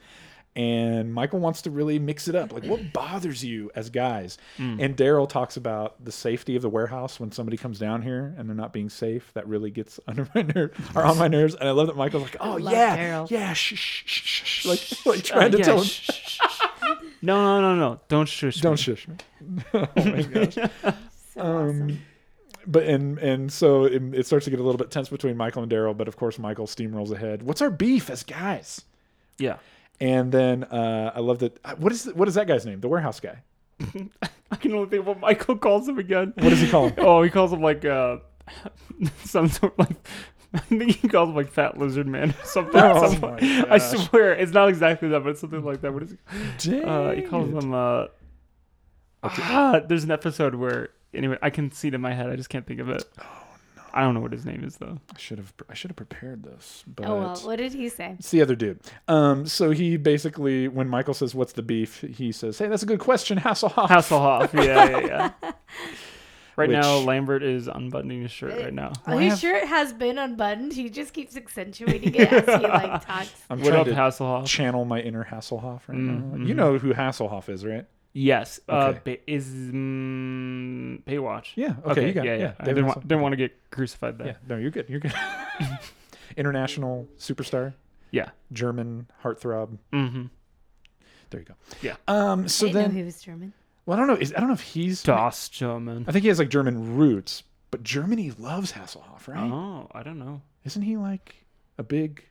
Speaker 1: and michael wants to really mix it up like what bothers you as guys and daryl talks about the safety of the warehouse when somebody comes down here and they're not being safe that really gets under my nerve or on my nerves and i love that michael's like oh
Speaker 3: love
Speaker 1: yeah
Speaker 3: Daryl.
Speaker 1: yeah shh, shh, shh, shh, shh," like, like trying to
Speaker 2: yeah,
Speaker 1: tell him
Speaker 2: shh, shh, shh. no, no, no, no. Don't shush.
Speaker 1: don't
Speaker 2: me.
Speaker 1: shush me oh my gosh
Speaker 3: So
Speaker 1: um,
Speaker 3: awesome.
Speaker 1: but and and so it, it starts to get a little bit tense between Michael and Daryl. But of course, Michael steamrolls ahead. What's our beef as guys?
Speaker 2: Yeah.
Speaker 1: And then uh, I love that. What is what is that guy's name? The warehouse guy.
Speaker 2: I can only think of what Michael calls him again.
Speaker 1: What does he call him?
Speaker 2: Oh, he calls him like uh, some sort of like. I think he calls him like fat lizard man or something. at
Speaker 1: Oh
Speaker 2: some
Speaker 1: my
Speaker 2: point. I swear it's not exactly that, but it's something like that. What is it? Uh, he calls
Speaker 1: Dang it.
Speaker 2: them. Uh, ah, there's an episode where anyway, I can see it in my head. I just can't think of it. Oh no! I don't know what his name is though.
Speaker 1: I should have I should have prepared this. But
Speaker 3: Oh well, what did he say?
Speaker 1: It's the other dude. Um, so he basically, when Michael says, "What's the beef?" he says, "Hey, that's a good question, Hasselhoff."
Speaker 2: Hasselhoff. yeah, yeah, yeah. Right now,
Speaker 1: Which-
Speaker 2: Lambert is unbuttoning his shirt right now.
Speaker 1: Well, I
Speaker 3: his
Speaker 1: have-
Speaker 3: shirt has been unbuttoned. He just keeps accentuating it as he like talks.
Speaker 1: I'm
Speaker 2: What
Speaker 1: trying
Speaker 2: up,
Speaker 1: to
Speaker 2: Hasselhoff? Mm-hmm.
Speaker 1: channel my inner Hasselhoff right now. You know who Hasselhoff is, right?
Speaker 2: Yes. Uh,
Speaker 1: Okay.
Speaker 2: ba- is mm, Baywatch?
Speaker 1: Yeah, okay, you got it,
Speaker 2: yeah,
Speaker 1: yeah,
Speaker 2: yeah. I
Speaker 1: David
Speaker 2: didn't, wa-
Speaker 1: Hasselhoff.
Speaker 2: didn't want to get crucified there.
Speaker 1: Yeah. No, you're good. You're good. International superstar,
Speaker 2: Yeah.
Speaker 1: German heartthrob.
Speaker 2: Mm-hmm.
Speaker 1: There you go.
Speaker 2: Yeah.
Speaker 1: Um.
Speaker 3: I
Speaker 1: So
Speaker 3: didn't
Speaker 1: then,
Speaker 3: know he was German.
Speaker 1: well, I don't know. Is, I don't know if he's.
Speaker 2: Das German.
Speaker 1: I think he has like German roots, but Germany loves Hasselhoff, right?
Speaker 2: Oh, I don't know.
Speaker 1: Isn't he like a big?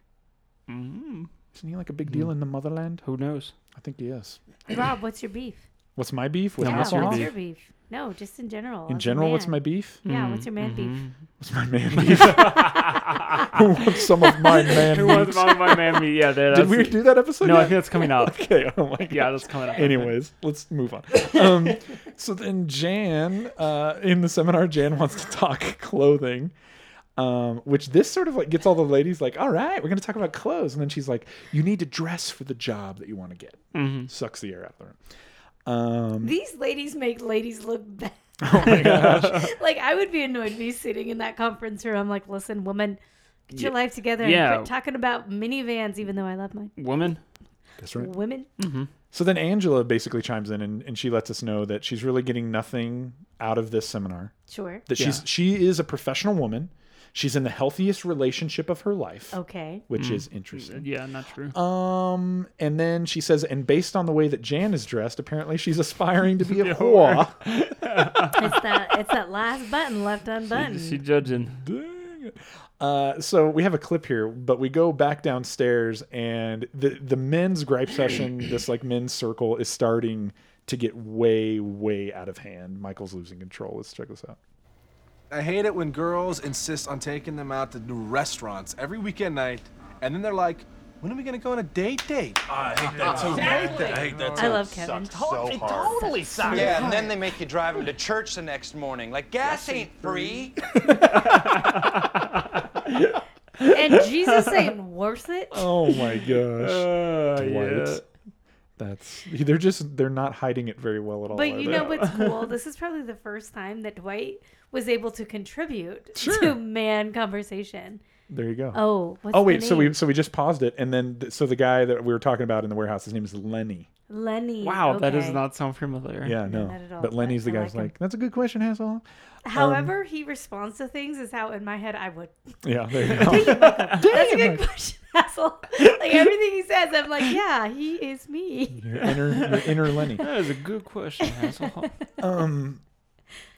Speaker 2: Mm,
Speaker 1: Isn't he like a big deal in the motherland?
Speaker 2: who knows?
Speaker 1: I think he is.
Speaker 3: Rob, what's your beef?
Speaker 1: What's my beef with
Speaker 2: Yeah,
Speaker 3: what's
Speaker 2: what's your
Speaker 1: Hasselhoff?
Speaker 3: your beef? No, just in general.
Speaker 1: In
Speaker 3: as a
Speaker 1: general, what's
Speaker 3: man.
Speaker 1: my Mm-hmm. beef?
Speaker 3: Yeah, what's your man beef?
Speaker 1: What's my man beef? Who wants some of my man
Speaker 2: Who wants
Speaker 1: beefs?
Speaker 2: my, my man beef? Yeah, that,
Speaker 1: Did
Speaker 2: that's,
Speaker 1: we do that episode?
Speaker 2: No, I
Speaker 1: yet?
Speaker 2: think that's coming out.
Speaker 1: okay. Oh my god.
Speaker 2: Yeah, that's coming out.
Speaker 1: Anyways, let's move on. Um, so then Jan, uh, in the seminar, Jan wants to talk clothing, um, which this sort of like gets all the ladies like, all right, we're going to talk about clothes. And then she's like, you need to dress for the job that you want to get. Sucks the air out of the room. Um,
Speaker 3: These ladies make ladies look bad. like I would be annoyed me sitting in that conference room. like, listen, woman, get your life together.
Speaker 2: Yeah.
Speaker 3: And quit talking about minivans, even though I love mine.
Speaker 2: Woman.
Speaker 1: that's right.
Speaker 3: Women,
Speaker 1: So then Angela basically chimes in and, and she lets us know that she's really getting nothing out of this seminar.
Speaker 3: sure.
Speaker 1: That she's she is a professional woman. She's in the healthiest relationship of her life,
Speaker 3: Okay.
Speaker 1: which is interesting.
Speaker 2: Yeah, not true.
Speaker 1: Um, and then she says, and based on the way that Jan is dressed, apparently she's aspiring to be a whore.
Speaker 3: It's that it's that last button left unbuttoned.
Speaker 2: Is she judging?
Speaker 1: Dang it. Uh, so we have a clip here, but we go back downstairs, and the the men's gripe session, this like men's circle, is starting to get way, way out of hand. Michael's losing control. Let's check this out.
Speaker 4: I hate it when girls insist on taking them out to new restaurants every weekend night, and then they're like, "When are we gonna go on a date date?"
Speaker 6: I hate that too. I hate that
Speaker 3: I love Kevin.
Speaker 5: it totally sucks.
Speaker 7: Yeah, and then they make you drive them to church the next morning. Like, gas ain't free.
Speaker 3: And Jesus ain't worth it.
Speaker 1: Oh my gosh,
Speaker 2: Uh,
Speaker 1: Dwight.
Speaker 2: yeah.
Speaker 1: That's they're just they're not hiding it very well at all.
Speaker 3: But
Speaker 1: are
Speaker 3: you
Speaker 1: they?
Speaker 3: know what's cool? This is probably the first time that Dwight was able to contribute
Speaker 1: Sure.
Speaker 3: to man conversation.
Speaker 1: there you go.
Speaker 3: Oh, what's
Speaker 1: Oh
Speaker 3: the
Speaker 1: wait, so we
Speaker 3: name?
Speaker 1: so we just paused it, and then th- so the guy that we were talking about in the warehouse, his name is Lenny.
Speaker 3: Lenny.
Speaker 2: Wow, that does
Speaker 3: okay.
Speaker 2: not sound familiar.
Speaker 1: Yeah, no,
Speaker 3: not at all,
Speaker 1: but
Speaker 3: but
Speaker 1: Lenny's the
Speaker 3: I
Speaker 1: guy
Speaker 3: like
Speaker 1: who's
Speaker 3: him.
Speaker 1: like, "That's a good question, Hassel."
Speaker 3: Um, However, he responds to things is how in my head I would.
Speaker 1: Yeah, there you go.
Speaker 3: That's a good question, asshole. Like everything he says, I'm like, yeah, he is me.
Speaker 1: your inner your inner Lenny.
Speaker 2: That is a good question, Hasselhoff.
Speaker 1: Um,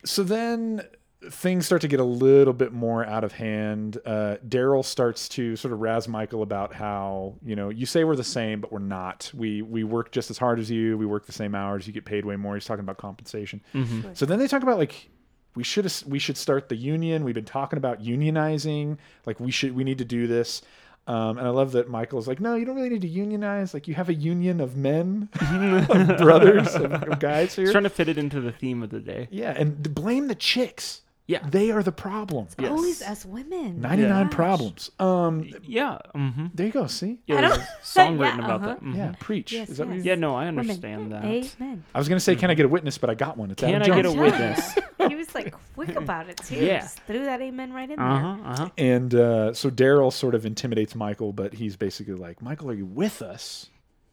Speaker 1: So then things start to get a little bit more out of hand. Uh, Daryl starts to sort of razz Michael about how you know you say we're the same, but we're not. We we work just as hard as you. We work the same hours. You get paid way more. He's talking about compensation.
Speaker 2: Mm-hmm.
Speaker 1: So then they talk about like we should we should start the union. We've been talking about unionizing. Like we should we need to do this. Um, and I love that Michael is like, no, you don't really need to unionize. Like you have a union of men, of brothers, of, of guys here.
Speaker 2: He's trying to fit it into the theme of the day.
Speaker 1: Yeah, and d- blame the chicks.
Speaker 2: Yeah.
Speaker 1: They are the problem.
Speaker 2: Yes.
Speaker 3: Always us women.
Speaker 1: 99
Speaker 3: Gosh.
Speaker 1: problems. Um
Speaker 2: Yeah. Mm-hmm.
Speaker 1: there you go, see?
Speaker 2: Yeah,
Speaker 3: I
Speaker 2: there's
Speaker 3: don't-
Speaker 2: a song
Speaker 3: Yeah,
Speaker 2: written about
Speaker 3: uh-huh.
Speaker 2: that. Mhm.
Speaker 1: Yeah, preach.
Speaker 3: Yes,
Speaker 1: is that what
Speaker 3: yes.
Speaker 1: you
Speaker 2: Yeah, no, I
Speaker 3: Women.
Speaker 2: understand that.
Speaker 3: Amen.
Speaker 1: I was going to say can I get a witness, but I got one. It's
Speaker 2: Can
Speaker 1: Adam
Speaker 2: I get a
Speaker 1: Jones.
Speaker 2: witness?
Speaker 3: he was like quick about it too.
Speaker 2: Yeah.
Speaker 3: Just threw that amen right in
Speaker 2: Uh
Speaker 3: there.
Speaker 2: huh. Uh huh.
Speaker 1: And uh, so Daryl sort of intimidates Michael, but he's basically like, "Michael, are you with us?"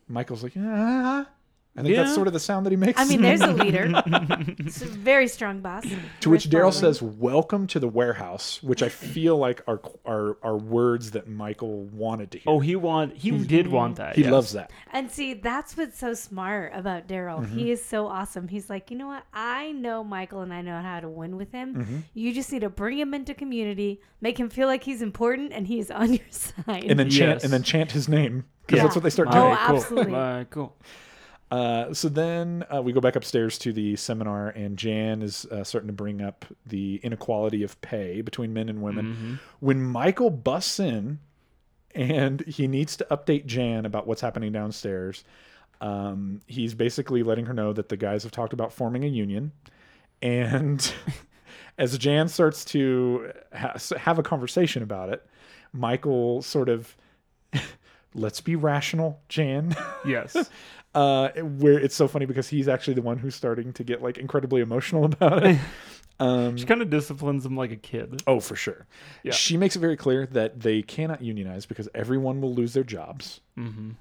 Speaker 1: Michael's like, "Ah." I think that's
Speaker 2: Yeah.
Speaker 1: sort of the sound that he makes.
Speaker 3: I mean, there's a leader. it's a very strong boss.
Speaker 1: to which
Speaker 3: Worth following.
Speaker 1: Daryl says, "Welcome to the warehouse," which I feel like are are are words that Michael wanted to hear.
Speaker 2: Oh, he want he did want that.
Speaker 1: he
Speaker 2: yes.
Speaker 1: loves that.
Speaker 3: And see, that's what's so smart about Daryl.
Speaker 2: Mm-hmm.
Speaker 3: He is so awesome. He's like, you know what? I know Michael and I know how to win with him.
Speaker 2: Mm-hmm.
Speaker 3: You just need to bring him into community, make him feel like he's important, and he's on your side.
Speaker 1: And then chant
Speaker 2: Yes.
Speaker 1: and then chant his name because
Speaker 3: Yeah.
Speaker 1: that's what they start
Speaker 3: Oh,
Speaker 1: doing.
Speaker 3: I- absolutely.
Speaker 2: Uh, cool.
Speaker 1: Uh, so then uh, we go back upstairs to the seminar, and Jan is uh, starting to bring up the inequality of pay between men and women. When Michael busts in, and he needs to update Jan about what's happening downstairs. Um, he's basically letting her know that the guys have talked about forming a union, and as Jan starts to ha- have a conversation about it, Michael sort of. Let's be rational, Jan.
Speaker 2: Yes.
Speaker 1: uh, where it's so funny because he's actually the one who's starting to get like incredibly emotional about it.
Speaker 2: she kind of disciplines him like a kid.
Speaker 1: oh, for sure. She makes it very clear that they cannot unionize because everyone will lose their jobs. Um,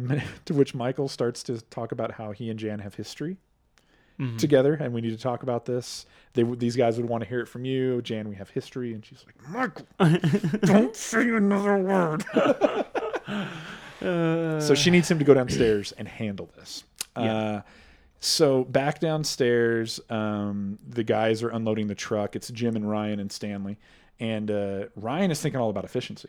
Speaker 1: to which Michael starts to talk about how he and Jan have history together, and we need to talk about this. They would- these guys would want to hear it from you, Jan. We have history, and she's like, Michael, don't say another word. so she needs him to go downstairs and handle this. Uh, so back downstairs, um, the guys are unloading the truck. It's Jim and Ryan and Stanley, and uh, Ryan is thinking all about efficiency.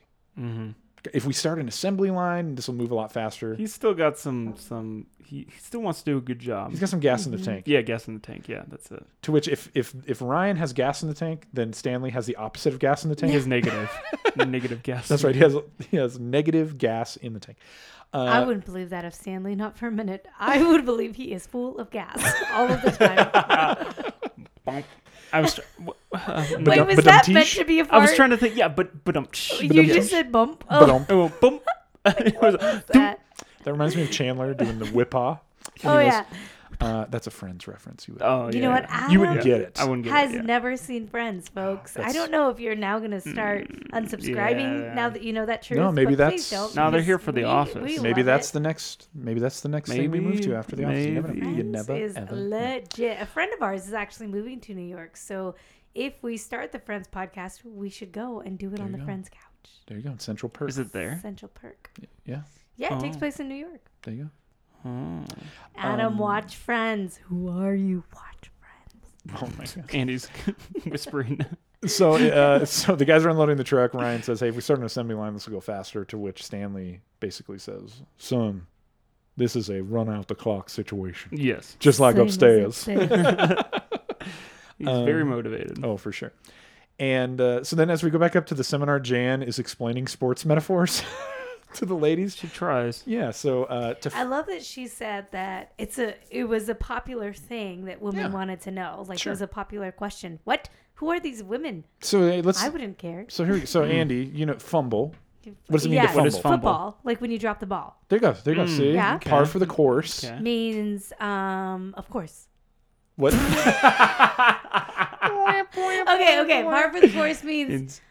Speaker 1: If we start an assembly line, this will move a lot faster.
Speaker 2: Mm-hmm. He's still got some some. He, he still wants to do a good job.
Speaker 1: He's got some gas in the tank.
Speaker 2: yeah, gas in the tank. Yeah, that's it.
Speaker 1: To which, if if if Ryan has gas in the tank, then Stanley has the opposite of gas in the tank.
Speaker 2: He has negative negative gas.
Speaker 1: That's right. He has he has negative gas in the tank. Uh,
Speaker 3: I
Speaker 2: uh,
Speaker 3: wouldn't believe that of Stanley, not for a minute. I would believe he is full of gas all of the time.
Speaker 2: I was. tr- wh-
Speaker 3: Wait, was
Speaker 1: Badum-
Speaker 3: that meant
Speaker 1: badum-teesh.
Speaker 3: to be a fart?
Speaker 2: I was trying to think. Yeah, but but um.
Speaker 3: Oh, You just said bump.
Speaker 1: But
Speaker 3: Oh,
Speaker 1: um,
Speaker 2: Oh, boom. It was-
Speaker 3: that.
Speaker 1: that reminds me of Chandler doing the whippaw.
Speaker 3: oh yeah.
Speaker 1: Uh, that's a Friends reference. You would,
Speaker 2: oh,
Speaker 3: You
Speaker 2: yeah.
Speaker 3: know what? Adam
Speaker 1: you wouldn't get it.
Speaker 2: I wouldn't get
Speaker 3: has
Speaker 2: it. yeah.
Speaker 3: never seen Friends, folks. I
Speaker 1: That's-
Speaker 3: don't know if you're now going to start unsubscribing
Speaker 2: Mm, yeah.
Speaker 3: now that you know that truth.
Speaker 1: No, maybe
Speaker 3: but please
Speaker 1: that's-
Speaker 3: don't,
Speaker 2: No, they're
Speaker 3: because
Speaker 2: here for The
Speaker 3: we-
Speaker 2: Office.
Speaker 3: we
Speaker 1: Maybe
Speaker 3: love
Speaker 1: that's
Speaker 3: it.
Speaker 1: the next. Maybe that's the next thing we move to
Speaker 2: Maybe-
Speaker 1: after the office. You never, know.
Speaker 2: maybe.
Speaker 1: you
Speaker 3: Friends
Speaker 1: never
Speaker 3: is
Speaker 1: ever. know.
Speaker 3: legit. A friend of ours is actually moving to New York, so if we start the Friends podcast, we should go and do it on the Friends couch.
Speaker 1: There you go. in Central Perk.
Speaker 2: Is it there?
Speaker 3: Central Perk.
Speaker 1: Yeah.
Speaker 3: Yeah, it
Speaker 2: Oh.
Speaker 3: takes place in New York.
Speaker 1: There you go.
Speaker 2: Hmm.
Speaker 3: Adam,
Speaker 1: Um,
Speaker 3: watch Friends. Who are you? Watch Friends.
Speaker 1: Oh my god.
Speaker 2: Andy's whispering.
Speaker 1: So, uh, so the guys are unloading the truck. Ryan says, "Hey, if we start an assembly line, this will go faster." To which Stanley basically says, "Son, this is a run-out-the-clock situation,
Speaker 2: Yes,
Speaker 1: just like
Speaker 3: Same as
Speaker 1: upstairs."
Speaker 2: he's very motivated.
Speaker 1: Oh, for sure. And uh, so then, as we go back up to the seminar, Jan is explaining sports metaphors to the ladies.
Speaker 2: She tries.
Speaker 1: Yeah. So uh, to
Speaker 3: I love that she said that it's a it was a popular thing that women
Speaker 1: Yeah.
Speaker 3: wanted to know. Like
Speaker 1: Sure.
Speaker 3: it was a popular question. What? Who are these women?
Speaker 1: so hey, let's.
Speaker 3: I wouldn't care.
Speaker 1: So here,
Speaker 2: Hmm.
Speaker 1: so Andy, you know, fumble. What does it mean to
Speaker 3: Yeah,
Speaker 1: fumble?
Speaker 2: What is fumble?
Speaker 3: football, like when you drop the ball,
Speaker 1: There you go. There you go. See,
Speaker 3: Yeah.
Speaker 1: par for the course.
Speaker 2: Hmm. Okay.
Speaker 3: means um of course.
Speaker 1: What?
Speaker 3: Okay, okay. Par for the course means
Speaker 2: It's-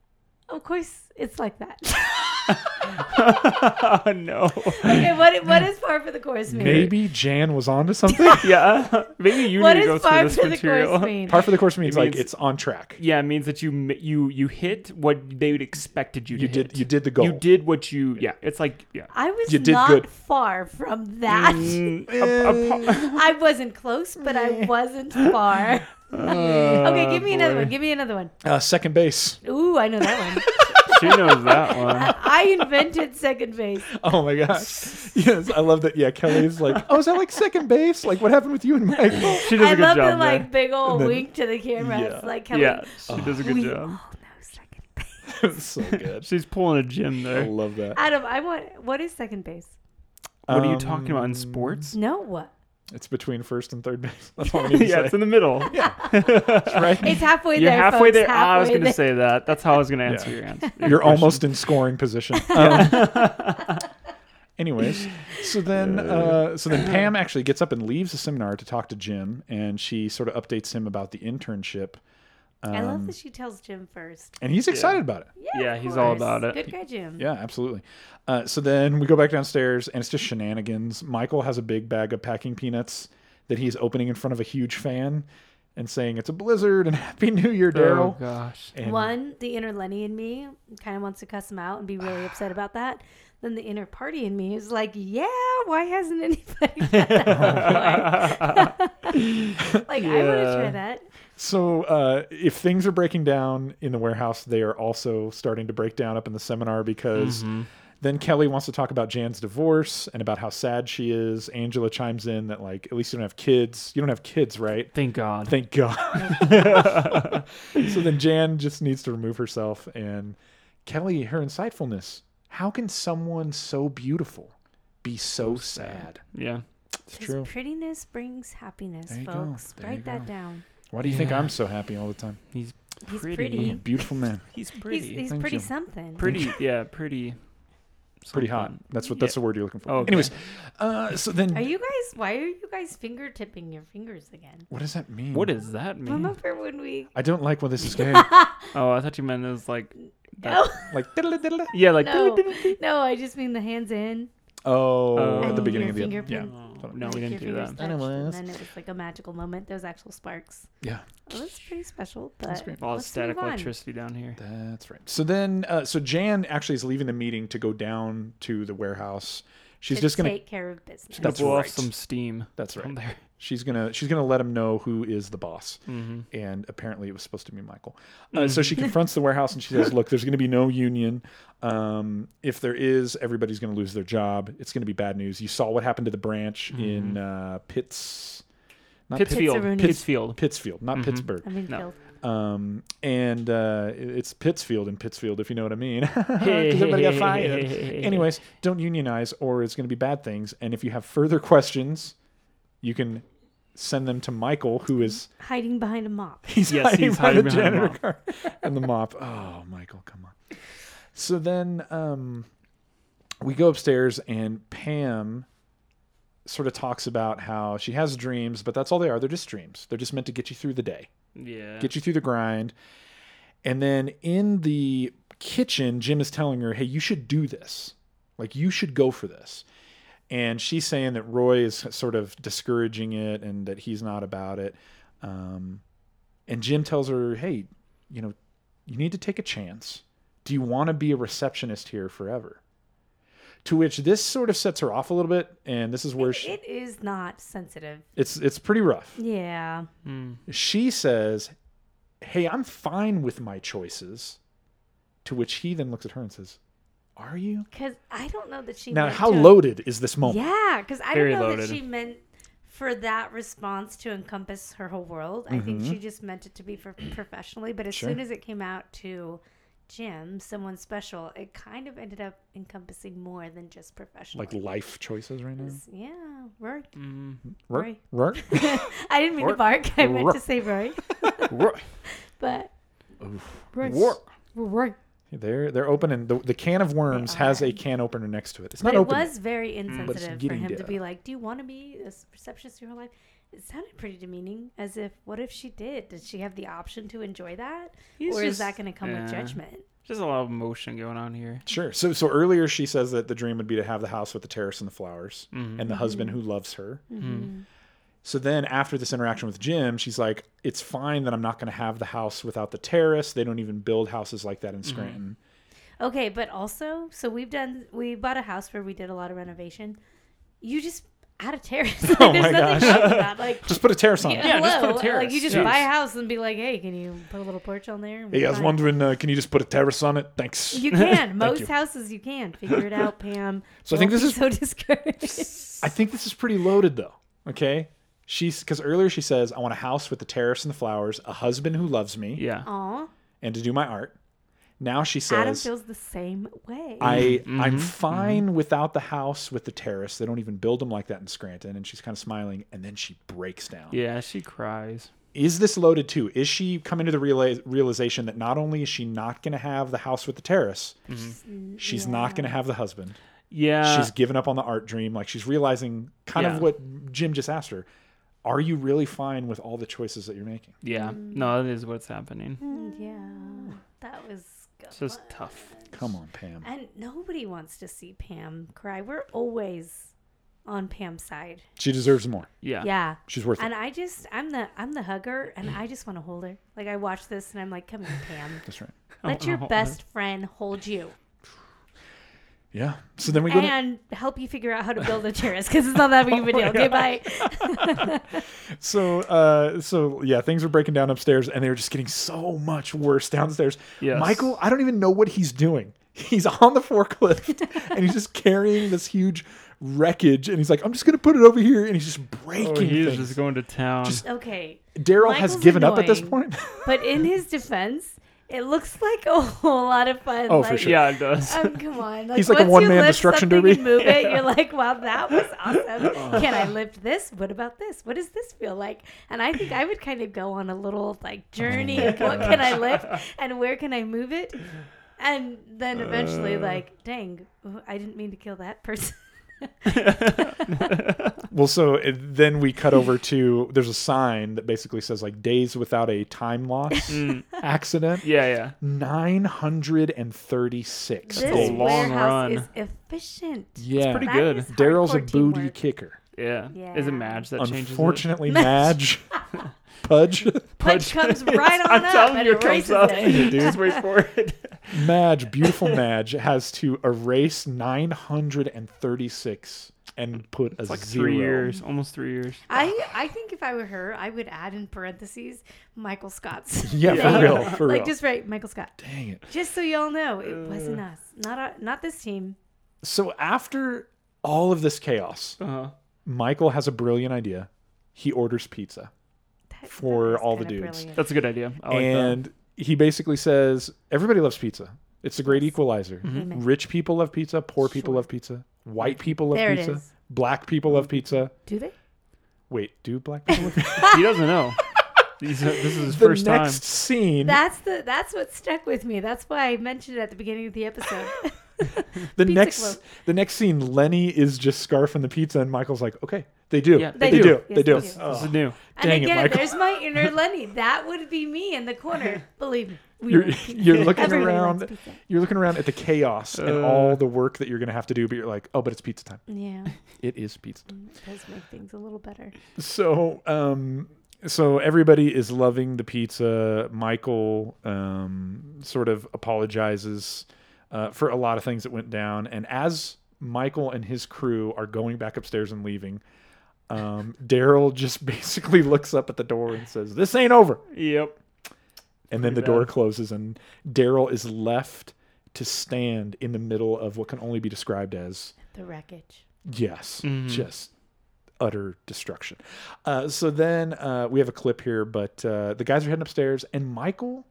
Speaker 3: of course it's like that.
Speaker 2: Oh, no.
Speaker 3: Okay, what, what is par for the course mean?
Speaker 1: Maybe Jan was onto something.
Speaker 2: Yeah. uh, Maybe you
Speaker 3: What
Speaker 2: need to go
Speaker 3: is
Speaker 2: through
Speaker 3: par
Speaker 2: this
Speaker 3: for the
Speaker 2: material.
Speaker 3: course mean?
Speaker 1: Par for the course means like
Speaker 2: means-
Speaker 1: it's on track.
Speaker 2: Yeah, it means that you mi- you you hit what they would expected you to
Speaker 1: You did
Speaker 2: hit.
Speaker 1: you did the goal.
Speaker 2: You did what you yeah. It's like yeah.
Speaker 3: I was
Speaker 1: You did
Speaker 3: not
Speaker 1: good.
Speaker 3: far from that.
Speaker 2: Mm, a- a par-
Speaker 3: I wasn't close, but I wasn't far. okay, give
Speaker 1: Oh,
Speaker 3: me another one. Give me another one.
Speaker 1: Uh, second base.
Speaker 3: Ooh, I know that one.
Speaker 2: she knows that one.
Speaker 3: I invented second base.
Speaker 1: Oh my gosh. Yes, I love that. Yeah, Kelly's like, oh, is that like second base? Like, what happened with you and Mike?
Speaker 2: She does a
Speaker 3: I
Speaker 2: good job
Speaker 3: love the
Speaker 2: there.
Speaker 3: like big old
Speaker 1: then-
Speaker 3: wink to the camera. It's
Speaker 1: Yeah.
Speaker 3: like Kelly.
Speaker 2: yeah, she does a good
Speaker 3: we
Speaker 2: job.
Speaker 3: all know second base.
Speaker 1: It's so good.
Speaker 2: She's pulling a gym
Speaker 1: I
Speaker 2: there.
Speaker 1: love that.
Speaker 3: Adam, I want. What is second base?
Speaker 1: Oh,
Speaker 2: What are you talking
Speaker 1: um,
Speaker 2: about in sports?
Speaker 3: No, what?
Speaker 1: It's between first and third base. That's all I need to
Speaker 2: Yeah,
Speaker 1: say.
Speaker 2: it's in the middle.
Speaker 1: right?
Speaker 3: It's halfway
Speaker 2: You're
Speaker 3: there.
Speaker 2: halfway
Speaker 3: folks,
Speaker 2: there. Ah, I was
Speaker 3: halfway
Speaker 2: going to say that. That's how I was going to answer your answer.
Speaker 1: You're almost in scoring position. Um, anyways, so then, uh, so then Pam actually gets up and leaves the seminar to talk to Jim, and she sort of updates him about the internship, um,
Speaker 3: there. I love that she tells Jim first.
Speaker 1: and he's excited about it.
Speaker 3: Yeah,
Speaker 2: um, Yeah,
Speaker 3: of
Speaker 2: he's all
Speaker 3: course.
Speaker 2: about it.
Speaker 3: Good guy, Jim.
Speaker 1: Yeah, absolutely. Uh, so then we go back downstairs, and it's just shenanigans. Michael has a big bag of packing peanuts that he's opening in front of a huge fan and saying it's a blizzard and Happy New Year,
Speaker 2: Oh
Speaker 1: Daryl.
Speaker 2: gosh.
Speaker 1: And-
Speaker 3: One, the inner Lenny in me kind of wants to cuss him out and be really upset about that. Then the inner party in me is like, yeah, why hasn't anybody done that before? like, I want to try
Speaker 2: Yeah.
Speaker 3: that.
Speaker 1: So uh, if things are breaking down in the warehouse, they are also starting to break down up in the seminar because then Kelly wants to talk about Jan's divorce and about how sad she is. Angela chimes in that like at least you don't have kids. You don't have kids, right?
Speaker 2: Thank God.
Speaker 1: Thank God. so then Jan just needs to remove herself and Kelly, her insightfulness. How can someone so beautiful be so sad?
Speaker 2: yeah.
Speaker 1: It's
Speaker 3: Because
Speaker 1: true.
Speaker 3: prettiness brings happiness,
Speaker 1: There you go.
Speaker 3: folks.
Speaker 1: There you
Speaker 3: Write that
Speaker 1: go.
Speaker 3: down.
Speaker 1: Why do you think I'm so happy all the time?
Speaker 2: He's
Speaker 3: He's
Speaker 2: pretty.
Speaker 3: pretty.
Speaker 1: Beautiful man.
Speaker 2: He's
Speaker 3: He's,
Speaker 2: pretty.
Speaker 3: he's
Speaker 1: Thank
Speaker 3: pretty
Speaker 1: you.
Speaker 3: something.
Speaker 2: pretty. Yeah, pretty.
Speaker 1: Pretty hot.
Speaker 2: something.
Speaker 1: That's what that's the word you're looking for.
Speaker 2: Oh, okay.
Speaker 1: Anyways, uh, so then
Speaker 3: Are you guys, why are you guys fingertipping your fingers again?
Speaker 1: What does that mean?
Speaker 2: What does that mean?
Speaker 3: Remember when we.
Speaker 1: I don't like when this is gay.
Speaker 2: Oh, I thought you meant it was like. That,
Speaker 3: No,
Speaker 1: like diddle diddle.
Speaker 2: Yeah, like.
Speaker 3: Oh, no, no, I just mean the hands in.
Speaker 1: Oh,
Speaker 2: Oh.
Speaker 1: at the beginning of the
Speaker 3: Your
Speaker 1: yeah.
Speaker 3: fingerprint.
Speaker 2: No, we
Speaker 3: like
Speaker 2: didn't
Speaker 3: your
Speaker 2: do that.
Speaker 3: fingers touched,
Speaker 1: Anyways.
Speaker 3: And then it was like a magical moment. There was actual sparks.
Speaker 1: Yeah,
Speaker 3: Well, that's pretty special. But
Speaker 1: great.
Speaker 2: All
Speaker 3: let's
Speaker 2: static
Speaker 3: move on.
Speaker 2: electricity down here.
Speaker 1: that's right. So then, uh, so Jan actually is leaving the meeting to go down to the warehouse. She's
Speaker 3: To
Speaker 1: just gonna.
Speaker 3: take care of business.
Speaker 1: That's
Speaker 2: blow
Speaker 1: right.
Speaker 2: off some steam.
Speaker 1: That's right.
Speaker 2: down There.
Speaker 1: She's gonna. She's gonna let him know who is the boss. And apparently, it was supposed to be Michael. Uh, so she confronts the warehouse and she says, "Look, there's gonna be no union. Um, if there is, everybody's gonna lose their job. It's gonna be bad news. You saw what happened to the branch in uh, Pitts." Not
Speaker 2: Pittsfield.
Speaker 3: Pittsburgh.
Speaker 2: Pittsfield.
Speaker 1: Pittsfield, not Pittsburgh.
Speaker 3: I mean,
Speaker 2: No.
Speaker 3: Phil,
Speaker 1: Um, and uh, it's Pittsfield and Pittsfield, if you know what I mean. 'Cause
Speaker 2: Hey,
Speaker 1: everybody got
Speaker 2: hey,
Speaker 1: fired.
Speaker 2: hey, hey, hey, hey.
Speaker 1: Anyways, don't unionize or it's going to be bad things. And if you have further questions, you can send them to Michael, who is
Speaker 3: hiding behind a mop.
Speaker 1: he's
Speaker 2: Yes,
Speaker 1: hiding
Speaker 2: he's
Speaker 1: behind the
Speaker 2: hiding behind a
Speaker 1: janitor
Speaker 2: mop.
Speaker 1: car and the mop. Oh, Michael, come on. So then um, we go upstairs and Pam sort of talks about how she has dreams, but that's all they are. They're just dreams. They're just meant to get you through the day
Speaker 2: Yeah.
Speaker 1: get you through the grind. And then in the kitchen, Jim is telling her, "Hey, you should do this. Like you should go for this." And she's saying that Roy is sort of discouraging it and that he's not about it. Um, and Jim tells her, "Hey, you know, you need to take a chance. Do you want to be a receptionist here forever?" To which this sort of sets her off a little bit, and this is where she,
Speaker 3: It is not sensitive.
Speaker 1: it's it's pretty rough
Speaker 3: Yeah.
Speaker 1: she says, Hey, I'm fine with my choices. To which he then looks at her and says, Are you?
Speaker 3: Because I don't know that she.
Speaker 1: Now,
Speaker 3: meant
Speaker 1: how
Speaker 3: to-
Speaker 1: loaded is this moment?
Speaker 3: Yeah. Because I don't
Speaker 2: Very
Speaker 3: know
Speaker 2: loaded.
Speaker 3: that she meant for that response to encompass her whole world. I think she just meant it to be for professionally. But as
Speaker 1: Mm-hmm. Sure.
Speaker 3: soon as it came out to Jim, someone special, it kind of ended up encompassing more than just professional.
Speaker 1: Like life choices right now?
Speaker 3: yeah, Rory.
Speaker 1: Roar,
Speaker 3: Right.
Speaker 1: roar.
Speaker 3: I didn't mean to bark. I meant to say Rory. But Rory. Rory.
Speaker 1: they're they're opening the, the can of worms has a can opener next to it. It's not
Speaker 3: But it
Speaker 1: open.
Speaker 3: was very insensitive for
Speaker 1: getting
Speaker 3: him to
Speaker 1: there.
Speaker 3: be like, "Do you want to be a s- receptionist your whole life?" It sounded pretty demeaning, as if, "What if she did? Did she have the option to enjoy that, or is that
Speaker 2: just-
Speaker 3: going to come with
Speaker 2: yeah.
Speaker 3: judgment?"
Speaker 2: Just a lot of emotion going on here.
Speaker 1: Sure. So so earlier she says that the dream would be to have the house with the terrace and the flowers and the husband
Speaker 3: Mm-hmm.
Speaker 1: who loves her. So then after this interaction with Jim, she's like, "It's fine that I'm not going to have the house without the terrace. They don't even build houses like that in Scranton."
Speaker 3: Okay, but also, so we've done, we bought a house where we did a lot of renovation. You just add a terrace. Like,
Speaker 1: Oh
Speaker 3: there's
Speaker 1: my
Speaker 3: nothing
Speaker 1: gosh.
Speaker 3: wrong with that. Like,
Speaker 1: Just put a terrace on it.
Speaker 2: Yeah, just put a
Speaker 3: hello, Like, you
Speaker 2: terrace.
Speaker 3: just
Speaker 2: Yeah.
Speaker 3: buy a house and be like, hey, can you put a little porch on there?
Speaker 1: Hey, I was wondering, uh, can you just put a terrace on it? Thanks.
Speaker 3: You can. Most
Speaker 1: you.
Speaker 3: houses you can. Figure it out, Pam.
Speaker 1: So I think
Speaker 3: Don't
Speaker 1: this
Speaker 3: be so discouraged.
Speaker 1: I think this is pretty loaded though. Okay. She's because earlier she says, I want a house with the terrace and the flowers, a husband who loves me,
Speaker 2: Yeah.
Speaker 3: Aw.
Speaker 1: and to do my art. Now she
Speaker 3: Adam
Speaker 1: says,
Speaker 3: feels the same way.
Speaker 1: I
Speaker 2: Mm-hmm.
Speaker 1: I'm fine without the house with the terrace. They don't even build them like that in Scranton. And she's kind of smiling, and then she breaks down.
Speaker 2: Yeah, she cries.
Speaker 1: Is this loaded too? Is she coming to the reala- realization that not only is she not going to have the house with the terrace,
Speaker 2: Mm-hmm.
Speaker 1: she's not going to have the husband.
Speaker 2: Yeah.
Speaker 1: she's given up on the art dream. Like she's realizing kind
Speaker 2: Uh, Yeah.
Speaker 1: of what Jim just asked her. Are you really fine with all the choices that you're making?
Speaker 2: yeah. No, that is what's
Speaker 3: Mm.
Speaker 2: happening.
Speaker 3: yeah.
Speaker 1: Ah.
Speaker 3: That was good.
Speaker 2: It's just tough.
Speaker 1: Come on, Pam.
Speaker 3: And nobody wants to see Pam cry. We're always on Pam's side.
Speaker 1: She deserves more.
Speaker 2: Yeah.
Speaker 3: Yeah.
Speaker 1: She's worth
Speaker 3: And
Speaker 1: it.
Speaker 3: I just I'm the I'm the hugger and I just want to hold her. Like I watch this and I'm like, come here, Pam.
Speaker 1: That's right.
Speaker 3: Let your best friend hold you
Speaker 1: Yeah. So then we go. To,
Speaker 3: and help you figure out how to build a terrace because it's not that big of
Speaker 1: Oh,
Speaker 3: a deal. Okay, bye.
Speaker 1: so uh, so yeah, things are breaking down upstairs, and they were just getting so much worse downstairs.
Speaker 2: Yes.
Speaker 1: Michael, I don't even know what he's doing. He's on the forklift, and he's just carrying this huge wreckage, and he's like, "I'm just gonna put it over here," and he's just breaking
Speaker 2: Oh, he's
Speaker 1: things.
Speaker 2: just going to town.
Speaker 3: Okay.
Speaker 1: Daryl has
Speaker 3: Michael's
Speaker 1: given up at this
Speaker 3: annoying.
Speaker 1: point.
Speaker 3: But in his defense, it looks like a whole lot of fun.
Speaker 1: Oh, for
Speaker 3: like,
Speaker 1: sure.
Speaker 2: yeah, it does.
Speaker 3: Um, come on. Like,
Speaker 1: He's like a
Speaker 3: once you
Speaker 1: one-man
Speaker 3: lift
Speaker 1: destruction
Speaker 3: something
Speaker 1: derby.
Speaker 3: And move it, you're like, wow, that was
Speaker 2: Oh.
Speaker 3: awesome. Can I lift this? What about this? What does this feel like? And I think I would kind of go on a little like journey of what can I lift and where can I move it, and then
Speaker 2: Uh.
Speaker 3: eventually like, dang, ooh, I didn't mean to kill that person.
Speaker 1: Well, so it, then we cut over to there's a sign that basically says like days without a time loss
Speaker 3: Mm.
Speaker 1: accident.
Speaker 2: Mm. yeah, yeah.
Speaker 1: Nine hundred and thirty-six.
Speaker 3: this
Speaker 2: a long
Speaker 3: warehouse
Speaker 2: run.
Speaker 3: is efficient.
Speaker 1: yeah,
Speaker 2: pretty
Speaker 3: That
Speaker 2: good.
Speaker 3: is
Speaker 1: Daryl's a
Speaker 3: hardcore
Speaker 1: booty
Speaker 3: teamwork.
Speaker 1: kicker.
Speaker 2: Yeah. Is
Speaker 3: Yeah.
Speaker 2: it Madge that changes it?
Speaker 1: Unfortunately, Madge, Pudge,
Speaker 3: Pudge comes right on
Speaker 2: I'm
Speaker 3: up
Speaker 2: telling
Speaker 3: and
Speaker 2: you, it
Speaker 3: erases
Speaker 2: comes up.
Speaker 3: it.
Speaker 2: Just wait for it.
Speaker 1: Madge, beautiful Madge has to erase nine hundred and thirty-six and put a
Speaker 2: Like
Speaker 1: zero.
Speaker 2: three years, almost three years.
Speaker 3: I I think if I were her, I would add in parentheses Michael Scott's.
Speaker 1: Yeah, for
Speaker 3: name.
Speaker 1: real, for
Speaker 3: like
Speaker 1: real.
Speaker 3: just write Michael Scott.
Speaker 1: Dang it.
Speaker 3: Just so y'all know, it wasn't us. Not our, not this team.
Speaker 1: So after all of this chaos,
Speaker 2: Uh-huh.
Speaker 1: Michael has a brilliant idea. He orders pizza.
Speaker 3: That- that
Speaker 1: For
Speaker 3: was
Speaker 1: all the
Speaker 3: kinda
Speaker 1: dudes.
Speaker 3: brilliant.
Speaker 2: That's a good idea. I like
Speaker 1: and he basically says everybody loves pizza. It's a great equalizer.
Speaker 2: Mm-hmm.
Speaker 3: Amen.
Speaker 1: Rich people love pizza. Poor people love pizza. White people love
Speaker 3: There it
Speaker 1: pizza.
Speaker 3: is.
Speaker 1: Black people love
Speaker 2: Mm-hmm.
Speaker 1: pizza.
Speaker 3: Do they?
Speaker 1: Wait, do black people? Love pizza?
Speaker 2: that. He doesn't know. He's, uh, this is his
Speaker 1: the
Speaker 2: first
Speaker 1: next
Speaker 2: time.
Speaker 1: scene.
Speaker 3: That's the that's what stuck with me. That's why I mentioned it at the beginning of the episode.
Speaker 1: the
Speaker 3: pizza
Speaker 1: next.
Speaker 3: club.
Speaker 1: The next scene. Lenny is just scarfing the pizza, and Michael's like, "Okay, they do.
Speaker 2: Yeah,
Speaker 1: they,
Speaker 3: they
Speaker 1: do.
Speaker 3: do.
Speaker 1: They do."
Speaker 3: Yes, they do.
Speaker 2: This is new.
Speaker 3: and
Speaker 1: Dang it,
Speaker 3: again,
Speaker 1: Michael.
Speaker 3: there's my inner Lenny. That would be me in the corner. Believe me. We
Speaker 1: You're,
Speaker 3: would.
Speaker 1: you're looking
Speaker 3: Everybody likes
Speaker 1: around.
Speaker 3: pizza.
Speaker 1: You're looking around at the chaos and
Speaker 2: Uh.
Speaker 1: all the work that you're gonna have to do, but you're like, "Oh, but it's pizza time.
Speaker 3: Yeah, Mm,
Speaker 1: It is pizza." time.
Speaker 3: it does make things a little better.
Speaker 1: so um so everybody is loving the pizza michael um sort of apologizes uh, for a lot of things that went down and as michael and his crew are going back upstairs and leaving um daryl just basically looks up at the door and says this ain't over
Speaker 2: Yep.
Speaker 1: and then the
Speaker 2: Pretty
Speaker 1: door
Speaker 2: bad.
Speaker 1: closes and daryl is left to stand in the middle of what can only be described as
Speaker 3: The wreckage.
Speaker 1: Yes,
Speaker 2: Mm-hmm.
Speaker 1: just utter destruction. Uh, so then uh, we have a clip here, but uh, the guys are heading upstairs, and Michael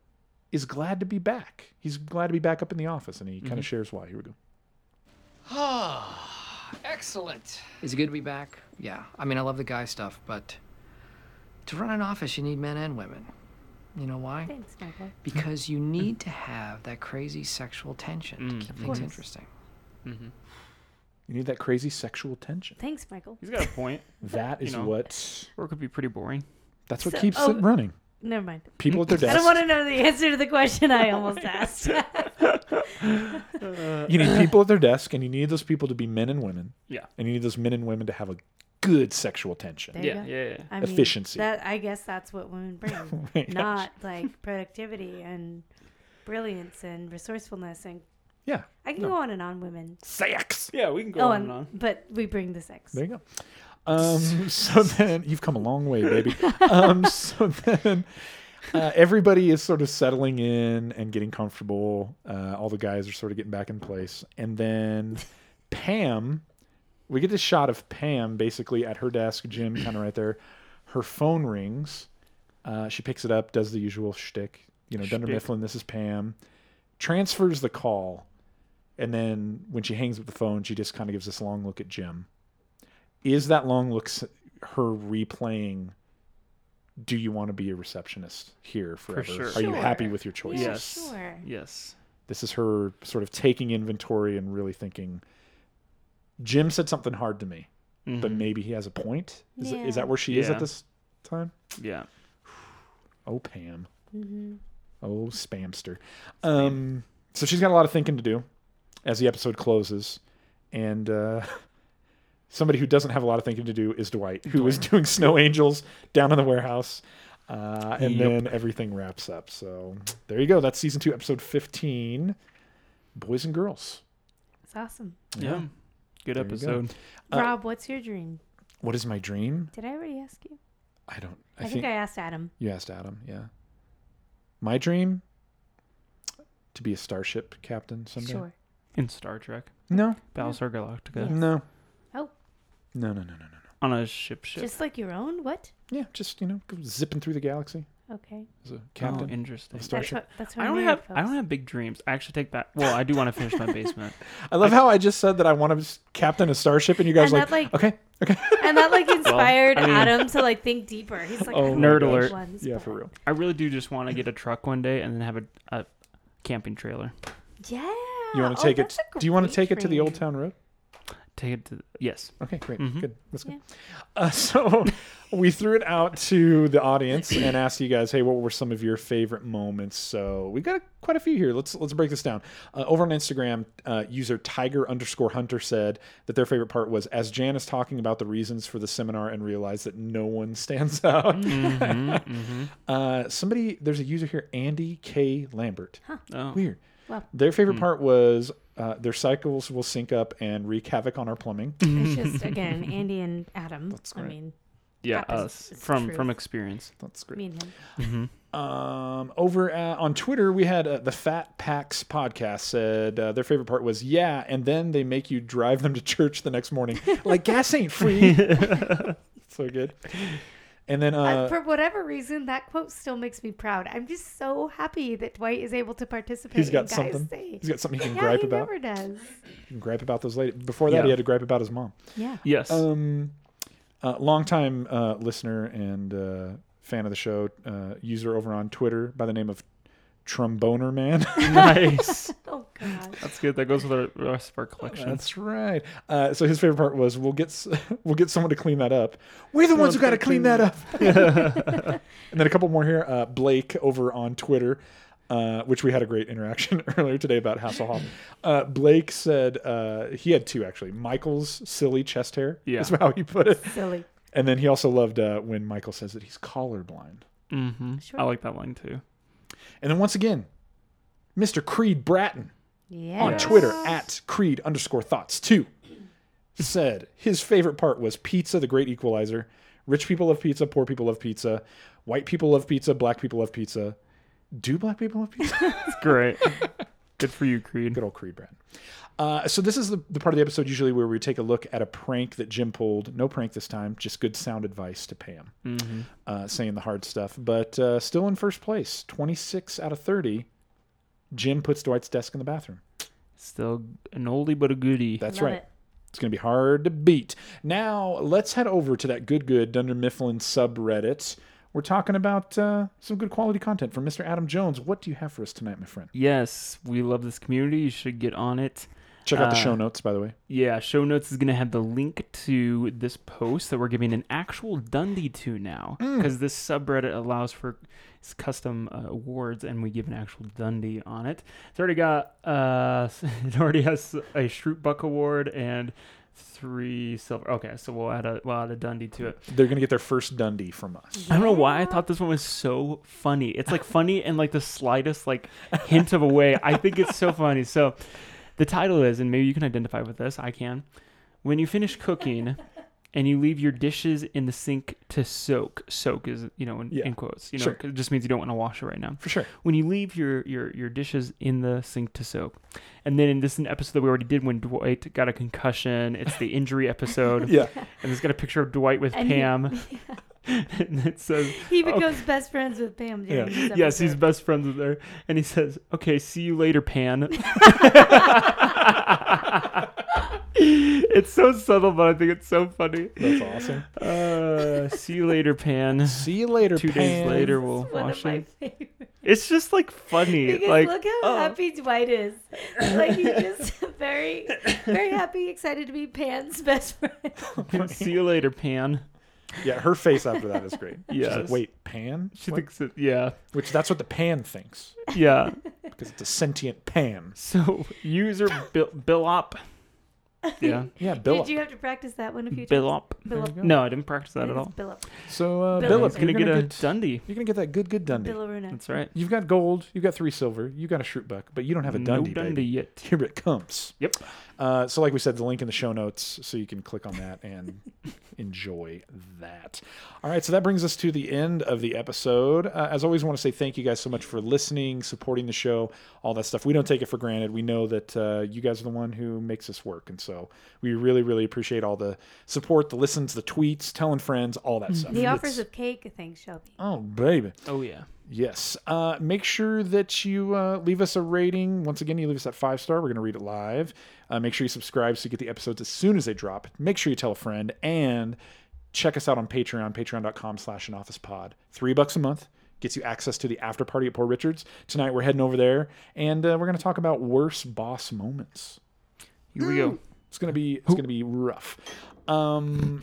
Speaker 1: is glad to be back. He's glad to be back up in the office, and he
Speaker 2: Mm-hmm.
Speaker 1: kind of shares why. Here we go.
Speaker 5: Ah, Excellent. Is it good to be back? Yeah. I mean, I love the guy stuff, but to run an office, you need men and women. You know why?
Speaker 3: Thanks, Michael.
Speaker 5: Because you need to have that crazy sexual tension to keep things interesting.
Speaker 1: You need that crazy sexual tension.
Speaker 3: Thanks, Michael.
Speaker 2: He's got a point.
Speaker 1: That is
Speaker 2: know.
Speaker 1: what.
Speaker 2: Work could be pretty boring.
Speaker 1: That's what
Speaker 3: So-
Speaker 1: keeps
Speaker 3: oh.
Speaker 1: it running.
Speaker 3: Never mind.
Speaker 1: People at their
Speaker 3: I
Speaker 1: desks.
Speaker 3: don't want to know the answer to the question I almost asked.
Speaker 2: Uh,
Speaker 1: You need people at their desk, and you need those people to be men and women,
Speaker 2: Yeah.
Speaker 1: and you need those men and women to have a good sexual tension.
Speaker 3: There you
Speaker 2: Yeah.
Speaker 3: go.
Speaker 2: Yeah. yeah.
Speaker 3: I mean,
Speaker 1: Efficiency.
Speaker 3: that I guess that's what women bring, not like productivity and brilliance and resourcefulness and
Speaker 1: Yeah.
Speaker 3: I can
Speaker 1: No.
Speaker 3: go on and on women.
Speaker 1: Sex.
Speaker 2: Yeah, we can go
Speaker 3: oh,
Speaker 2: on
Speaker 3: and
Speaker 2: and on.
Speaker 3: but we bring the sex.
Speaker 1: There you go. Um, so then you've come a long way, baby. Um, so then uh, everybody is sort of settling in and getting comfortable. Uh, all the guys are sort of getting back in place, and then Pam, we get this shot of Pam basically at her desk, Jim kind of right there. Her phone rings. Uh, she picks it up, does the usual shtick. You know, Dunder Mifflin, this is Pam. Transfers the call. And then when she hangs up the phone, she just kind of gives this long look at Jim. Is that long look s- her replaying? Do you want to be a receptionist here forever?
Speaker 2: sure.
Speaker 1: Are you happy
Speaker 3: Sure.
Speaker 1: with your choices?
Speaker 3: Yeah,
Speaker 2: Yes.
Speaker 3: sure.
Speaker 2: Yes.
Speaker 1: This is her sort of taking inventory and really thinking. Jim said something hard to me, but maybe he has a point. Is, is
Speaker 3: Yeah.
Speaker 1: that where she is
Speaker 2: Mm-hmm. Yeah.
Speaker 1: at this time?
Speaker 2: Yeah.
Speaker 1: Oh, Pam.
Speaker 3: Mm-hmm.
Speaker 1: Oh, spamster. Um, so she's got a lot of thinking to do as the episode closes. And uh, somebody who doesn't have a lot of thinking to do is Dwight, who is doing Snow Angels down in the warehouse. Uh, and then everything wraps up. So there you go. That's season two, episode 15 Boys and Girls.
Speaker 3: It's awesome.
Speaker 2: Yeah. Good
Speaker 1: go.
Speaker 2: episode.
Speaker 1: Uh,
Speaker 3: Rob, what's your dream?
Speaker 1: What is my dream?
Speaker 3: Did I already ask you?
Speaker 1: I don't. I,
Speaker 3: I, think, I asked Adam.
Speaker 1: You asked Adam, yeah. My dream to be a starship captain someday.
Speaker 3: Sure.
Speaker 2: In Star Trek,
Speaker 1: No,
Speaker 2: Battlestar Galactica,
Speaker 1: no,
Speaker 3: Oh,
Speaker 1: no, no, no, no, no, no.
Speaker 2: on a ship ship.
Speaker 3: just like your own? What?
Speaker 1: Yeah, just you know, go zipping through the galaxy
Speaker 3: Okay.
Speaker 1: as a
Speaker 2: Oh,
Speaker 1: captain.
Speaker 2: interesting.
Speaker 1: Star-
Speaker 3: That's
Speaker 1: Starship.
Speaker 3: what, that's what
Speaker 2: I
Speaker 3: I'm
Speaker 2: don't
Speaker 3: married,
Speaker 2: have I
Speaker 3: folks.
Speaker 2: don't have big dreams. I actually take back. Well, I do want to finish my basement.
Speaker 1: I love how I just said that I want to s- captain a starship, and you guys
Speaker 3: And
Speaker 1: like,
Speaker 3: that, like-
Speaker 1: okay, okay.
Speaker 3: and that like inspired
Speaker 2: I mean-
Speaker 3: Adam to like think deeper. He's like,
Speaker 1: Oh my
Speaker 3: I
Speaker 2: Nerd
Speaker 3: love big
Speaker 2: alert.
Speaker 3: Ones,
Speaker 1: yeah,
Speaker 3: but-
Speaker 1: for real.
Speaker 2: I really do just want to get a truck one day and then have a, a camping trailer.
Speaker 3: Yeah. Ah, Oh,
Speaker 1: You want to take it? Do you want to take it to the old town road?
Speaker 2: Take it to yes.
Speaker 1: Okay, great, good. Let's go. Uh, so we threw it out to the audience and asked you guys, hey, what were some of your favorite moments? So we got a, quite a few here. Let's let's break this down. Uh, over on Instagram, uh, user Tiger underscore Hunter said that their favorite part was as Jan is talking about the reasons for the seminar and realized that no one stands out. uh, somebody, there's a user here, Andy K Lambert.
Speaker 2: Oh.
Speaker 1: Weird.
Speaker 3: Wow.
Speaker 1: Their favorite part was. Uh, their cycles will sync up and wreak havoc on our plumbing.
Speaker 3: It's
Speaker 2: Mm-hmm.
Speaker 3: just again Andy and Adam. I
Speaker 1: great.
Speaker 3: mean,
Speaker 2: Yeah,
Speaker 3: That is-
Speaker 2: us
Speaker 3: it's the
Speaker 2: from
Speaker 3: truth.
Speaker 2: from experience.
Speaker 1: That's great.
Speaker 3: me and him.
Speaker 1: Um, over uh on Twitter, we had uh, the Fat Packs podcast said uh, their favorite part was yeah, and then they make you drive them to church the next morning. like gas ain't free. so good. And then
Speaker 3: Uh,
Speaker 1: uh,
Speaker 3: for whatever reason, that quote still makes me proud. I'm just so happy that Dwight is able to participate.
Speaker 1: he's
Speaker 3: in
Speaker 1: got
Speaker 3: guys
Speaker 1: something.
Speaker 3: Say.
Speaker 1: He's got something he can
Speaker 3: yeah,
Speaker 1: gripe
Speaker 3: he
Speaker 1: about.
Speaker 3: never does.
Speaker 1: He can gripe about those ladies. Before that, he
Speaker 2: Yeah.
Speaker 1: had to gripe about his mom.
Speaker 3: Yeah.
Speaker 2: Yes.
Speaker 1: Um, uh, longtime uh, listener and uh, fan of the show, uh, user over on Twitter by the name of Tromboner Man.
Speaker 2: nice.
Speaker 3: Oh God.
Speaker 2: That's good. That goes with our, the rest of our collection.
Speaker 1: That's right. Uh, so his favorite part was we'll get s- we'll get someone to clean that up. We're the ones who got to clean that up. and then a couple more here. Uh, Blake over on Twitter, uh, which we had a great interaction earlier today about Hasselhoff. Uh, Blake said uh, he had two actually. Michael's silly chest hair.
Speaker 2: Yeah.
Speaker 1: is how he put it.
Speaker 3: Silly.
Speaker 1: And then he also loved uh, when Michael says that he's colorblind.
Speaker 2: hmm
Speaker 3: Sure.
Speaker 2: I like that line too.
Speaker 1: And then once again, Mr. Creed Bratton.
Speaker 3: Yeah.
Speaker 1: on Twitter at Creed underscore thoughts two said his favorite part was pizza, the great equalizer. Rich people love pizza, poor people love pizza, white people love pizza, black people love pizza. Do black people love pizza?
Speaker 2: It's great. good for you, Creed.
Speaker 1: Good old Creed brand. Uh, so this is the, the part of the episode usually where we take a look at a prank that Jim pulled. No prank this time, just good sound advice to Pam, uh, saying the hard stuff. But uh, still in first place, 26 out of 30. Jim puts Dwight's desk in the bathroom.
Speaker 2: Still an oldie but a goodie.
Speaker 1: That's
Speaker 3: Love
Speaker 1: right.
Speaker 3: it.
Speaker 1: It's going to be hard to beat. Now, let's head over to that good, good Dunder Mifflin subreddit. We're talking about uh, some good quality content from Mr. Adam Jones. What do you have for us tonight, my friend?
Speaker 2: yes, we love this community. You should get on it.
Speaker 1: Check out the show notes, by the way.
Speaker 2: Yeah, show notes is going to have the link to this post that we're giving an actual Dundee to now because this subreddit allows for s- custom uh, awards and we give an actual Dundee on it. It's already got uh it already has a Shroot Buck award and three silver. Okay, so we'll add a we'll add a Dundee to it.
Speaker 1: They're gonna get their first Dundee from us.
Speaker 2: I don't know why I thought this one was so funny. It's like funny in like the slightest like hint of a way. I think it's so funny. So the title is, and maybe you can identify with this. I can. When you finish cooking and you leave your dishes in the sink to soak. Soak is you know in,
Speaker 1: Yeah.
Speaker 2: in quotes. You know
Speaker 1: Sure.
Speaker 2: 'cause it just means you don't want to wash it right now.
Speaker 1: For sure.
Speaker 2: When you leave your your your dishes in the sink to soak, and then in this is an episode that we already did when Dwight got a concussion. It's the injury episode.
Speaker 1: Yeah.
Speaker 2: And it's got a picture of Dwight with
Speaker 3: And he-
Speaker 2: Pam. and it says
Speaker 3: He
Speaker 2: "Okay."
Speaker 3: becomes best friends with Pam. During
Speaker 1: Yeah.
Speaker 3: this
Speaker 2: Yes, he's
Speaker 3: episode.
Speaker 2: best friends with her, and he says, "Okay, see you later, Pan." it's so subtle, but I think it's so funny.
Speaker 1: That's awesome.
Speaker 2: Uh, see you later, Pan.
Speaker 1: See you later.
Speaker 2: Two days
Speaker 1: Pan.
Speaker 2: later, we'll
Speaker 3: It's One of
Speaker 2: wash
Speaker 3: my
Speaker 2: it.
Speaker 3: favorites.
Speaker 2: It's just like funny,
Speaker 3: Because
Speaker 2: like
Speaker 3: look how
Speaker 2: oh.
Speaker 3: happy Dwight is. Like he's just very, very happy, excited to be Pan's best friend.
Speaker 2: see you later, Pan.
Speaker 1: Yeah, her face after that is great. She's like,
Speaker 2: Yes.
Speaker 1: Wait, Pan?
Speaker 2: She
Speaker 1: What?"
Speaker 2: thinks it, yeah,
Speaker 1: Which that's what the Pan thinks
Speaker 2: yeah.
Speaker 1: because it's a sentient Pan.
Speaker 2: So user Bill Billop, yeah,
Speaker 1: Yeah, Bill.
Speaker 3: Did you have to practice that one a few times?
Speaker 2: Billop.
Speaker 3: Billop.
Speaker 2: No, I didn't practice that at all.
Speaker 3: Billop.
Speaker 1: So uh,
Speaker 3: Bill-
Speaker 1: Bill,
Speaker 2: It's gonna
Speaker 1: you're
Speaker 2: get
Speaker 1: gonna
Speaker 2: a
Speaker 1: get
Speaker 2: Dundee.
Speaker 1: you're gonna get that good good Dundee.
Speaker 3: Billaruna.
Speaker 2: That's right.
Speaker 1: You've got gold. You've got three silver. You've got a shroot buck, but you don't have a Dundee.
Speaker 2: no
Speaker 1: baby.
Speaker 2: Dundee yet.
Speaker 1: Here it comes.
Speaker 2: Yep.
Speaker 1: Uh, so, like we said, the link in the show notes, so you can click on that and enjoy that. All right, so that brings us to the end of the episode. Uh, as always, want to say thank you guys so much for listening, supporting the show, all that stuff. We don't take it for granted. We know that uh, you guys are the one who makes this work, and so we really, really appreciate all the support, the listens, the tweets, telling friends, all that stuff.
Speaker 3: The offers
Speaker 1: It's-
Speaker 3: of cake, thanks, Shelby.
Speaker 1: oh, baby.
Speaker 2: Oh yeah.
Speaker 1: Yes. Uh, make sure that you uh, leave us a rating. Once again, you leave us that five star. We're going to read it live. Uh, make sure you subscribe so you get the episodes as soon as they drop. Make sure you tell a friend and check us out on Patreon, patreon.com slash an office pod. Three bucks a month gets you access to the after party at Poor Richards. Tonight, we're heading over there and uh, we're going to talk about worse boss moments.
Speaker 2: Here we
Speaker 3: Mm,
Speaker 2: go.
Speaker 1: It's going to be it's going to be rough. Um,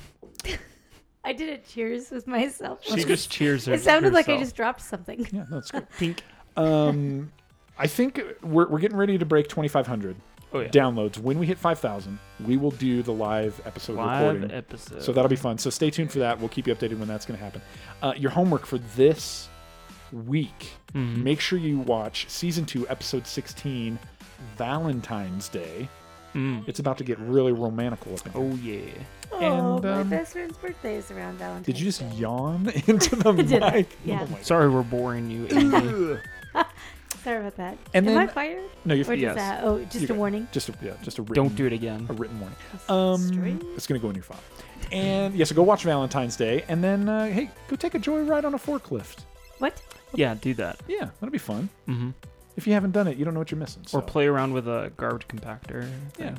Speaker 3: I did a cheers with myself.
Speaker 2: She just cheers her.
Speaker 3: it sounded like I
Speaker 2: herself.
Speaker 3: just dropped something.
Speaker 1: yeah, that's good.
Speaker 2: pink.
Speaker 1: Um, I think we're, we're getting ready to break 2,500.
Speaker 2: Oh yeah.
Speaker 1: downloads. When we hit 5,000, we will do the live episode
Speaker 2: Live
Speaker 1: recording.
Speaker 2: episode.
Speaker 1: So that'll be fun. So stay tuned for that. We'll keep you updated when that's going to happen. Uh, your homework for this week
Speaker 2: Mm-hmm.
Speaker 1: make sure you watch season two, episode 16, Valentine's Day. It's about to get really romantical up in here.
Speaker 2: Mm. oh yeah.
Speaker 3: Oh, my
Speaker 1: um,
Speaker 3: best friend's birthday is around Valentine's.
Speaker 1: Did you just
Speaker 3: Day.
Speaker 1: yawn into the
Speaker 3: did.
Speaker 1: mic?
Speaker 3: Yeah.
Speaker 1: Oh my-
Speaker 2: Sorry, we're boring you. Andy.
Speaker 3: Sorry about that.
Speaker 1: And
Speaker 3: Am
Speaker 1: then-
Speaker 3: I fired?
Speaker 1: No, you're
Speaker 3: Or just
Speaker 2: yes.
Speaker 3: that? Oh, just
Speaker 1: You're
Speaker 3: a
Speaker 1: good.
Speaker 3: warning.
Speaker 1: just a, yeah, just a written,
Speaker 2: Don't do it again.
Speaker 1: a written warning.
Speaker 3: Straight.
Speaker 1: Um, it's gonna go in your file. And yeah, so go watch Valentine's Day, and then uh, hey, go take a joyride on a forklift.
Speaker 3: What?
Speaker 2: Yeah, do that.
Speaker 1: Yeah, that'll be fun. Mm-hmm. If you haven't done it, you don't know what you're missing. So.
Speaker 2: Or play around with a garbage compactor.
Speaker 1: Yeah.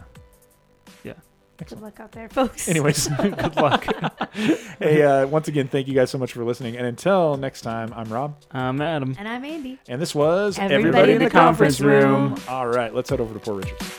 Speaker 2: Yeah.
Speaker 3: Good
Speaker 1: Excellent.
Speaker 3: luck out there, folks.
Speaker 1: Anyways,
Speaker 2: Good luck.
Speaker 1: hey, uh, once again, thank you guys so much for listening. And until next time, I'm Rob,
Speaker 2: I'm Um, Adam.
Speaker 3: And I'm Andy.
Speaker 1: and this was
Speaker 3: Everybody in the Conference Room.
Speaker 1: All right, let's head over to Poor Richards.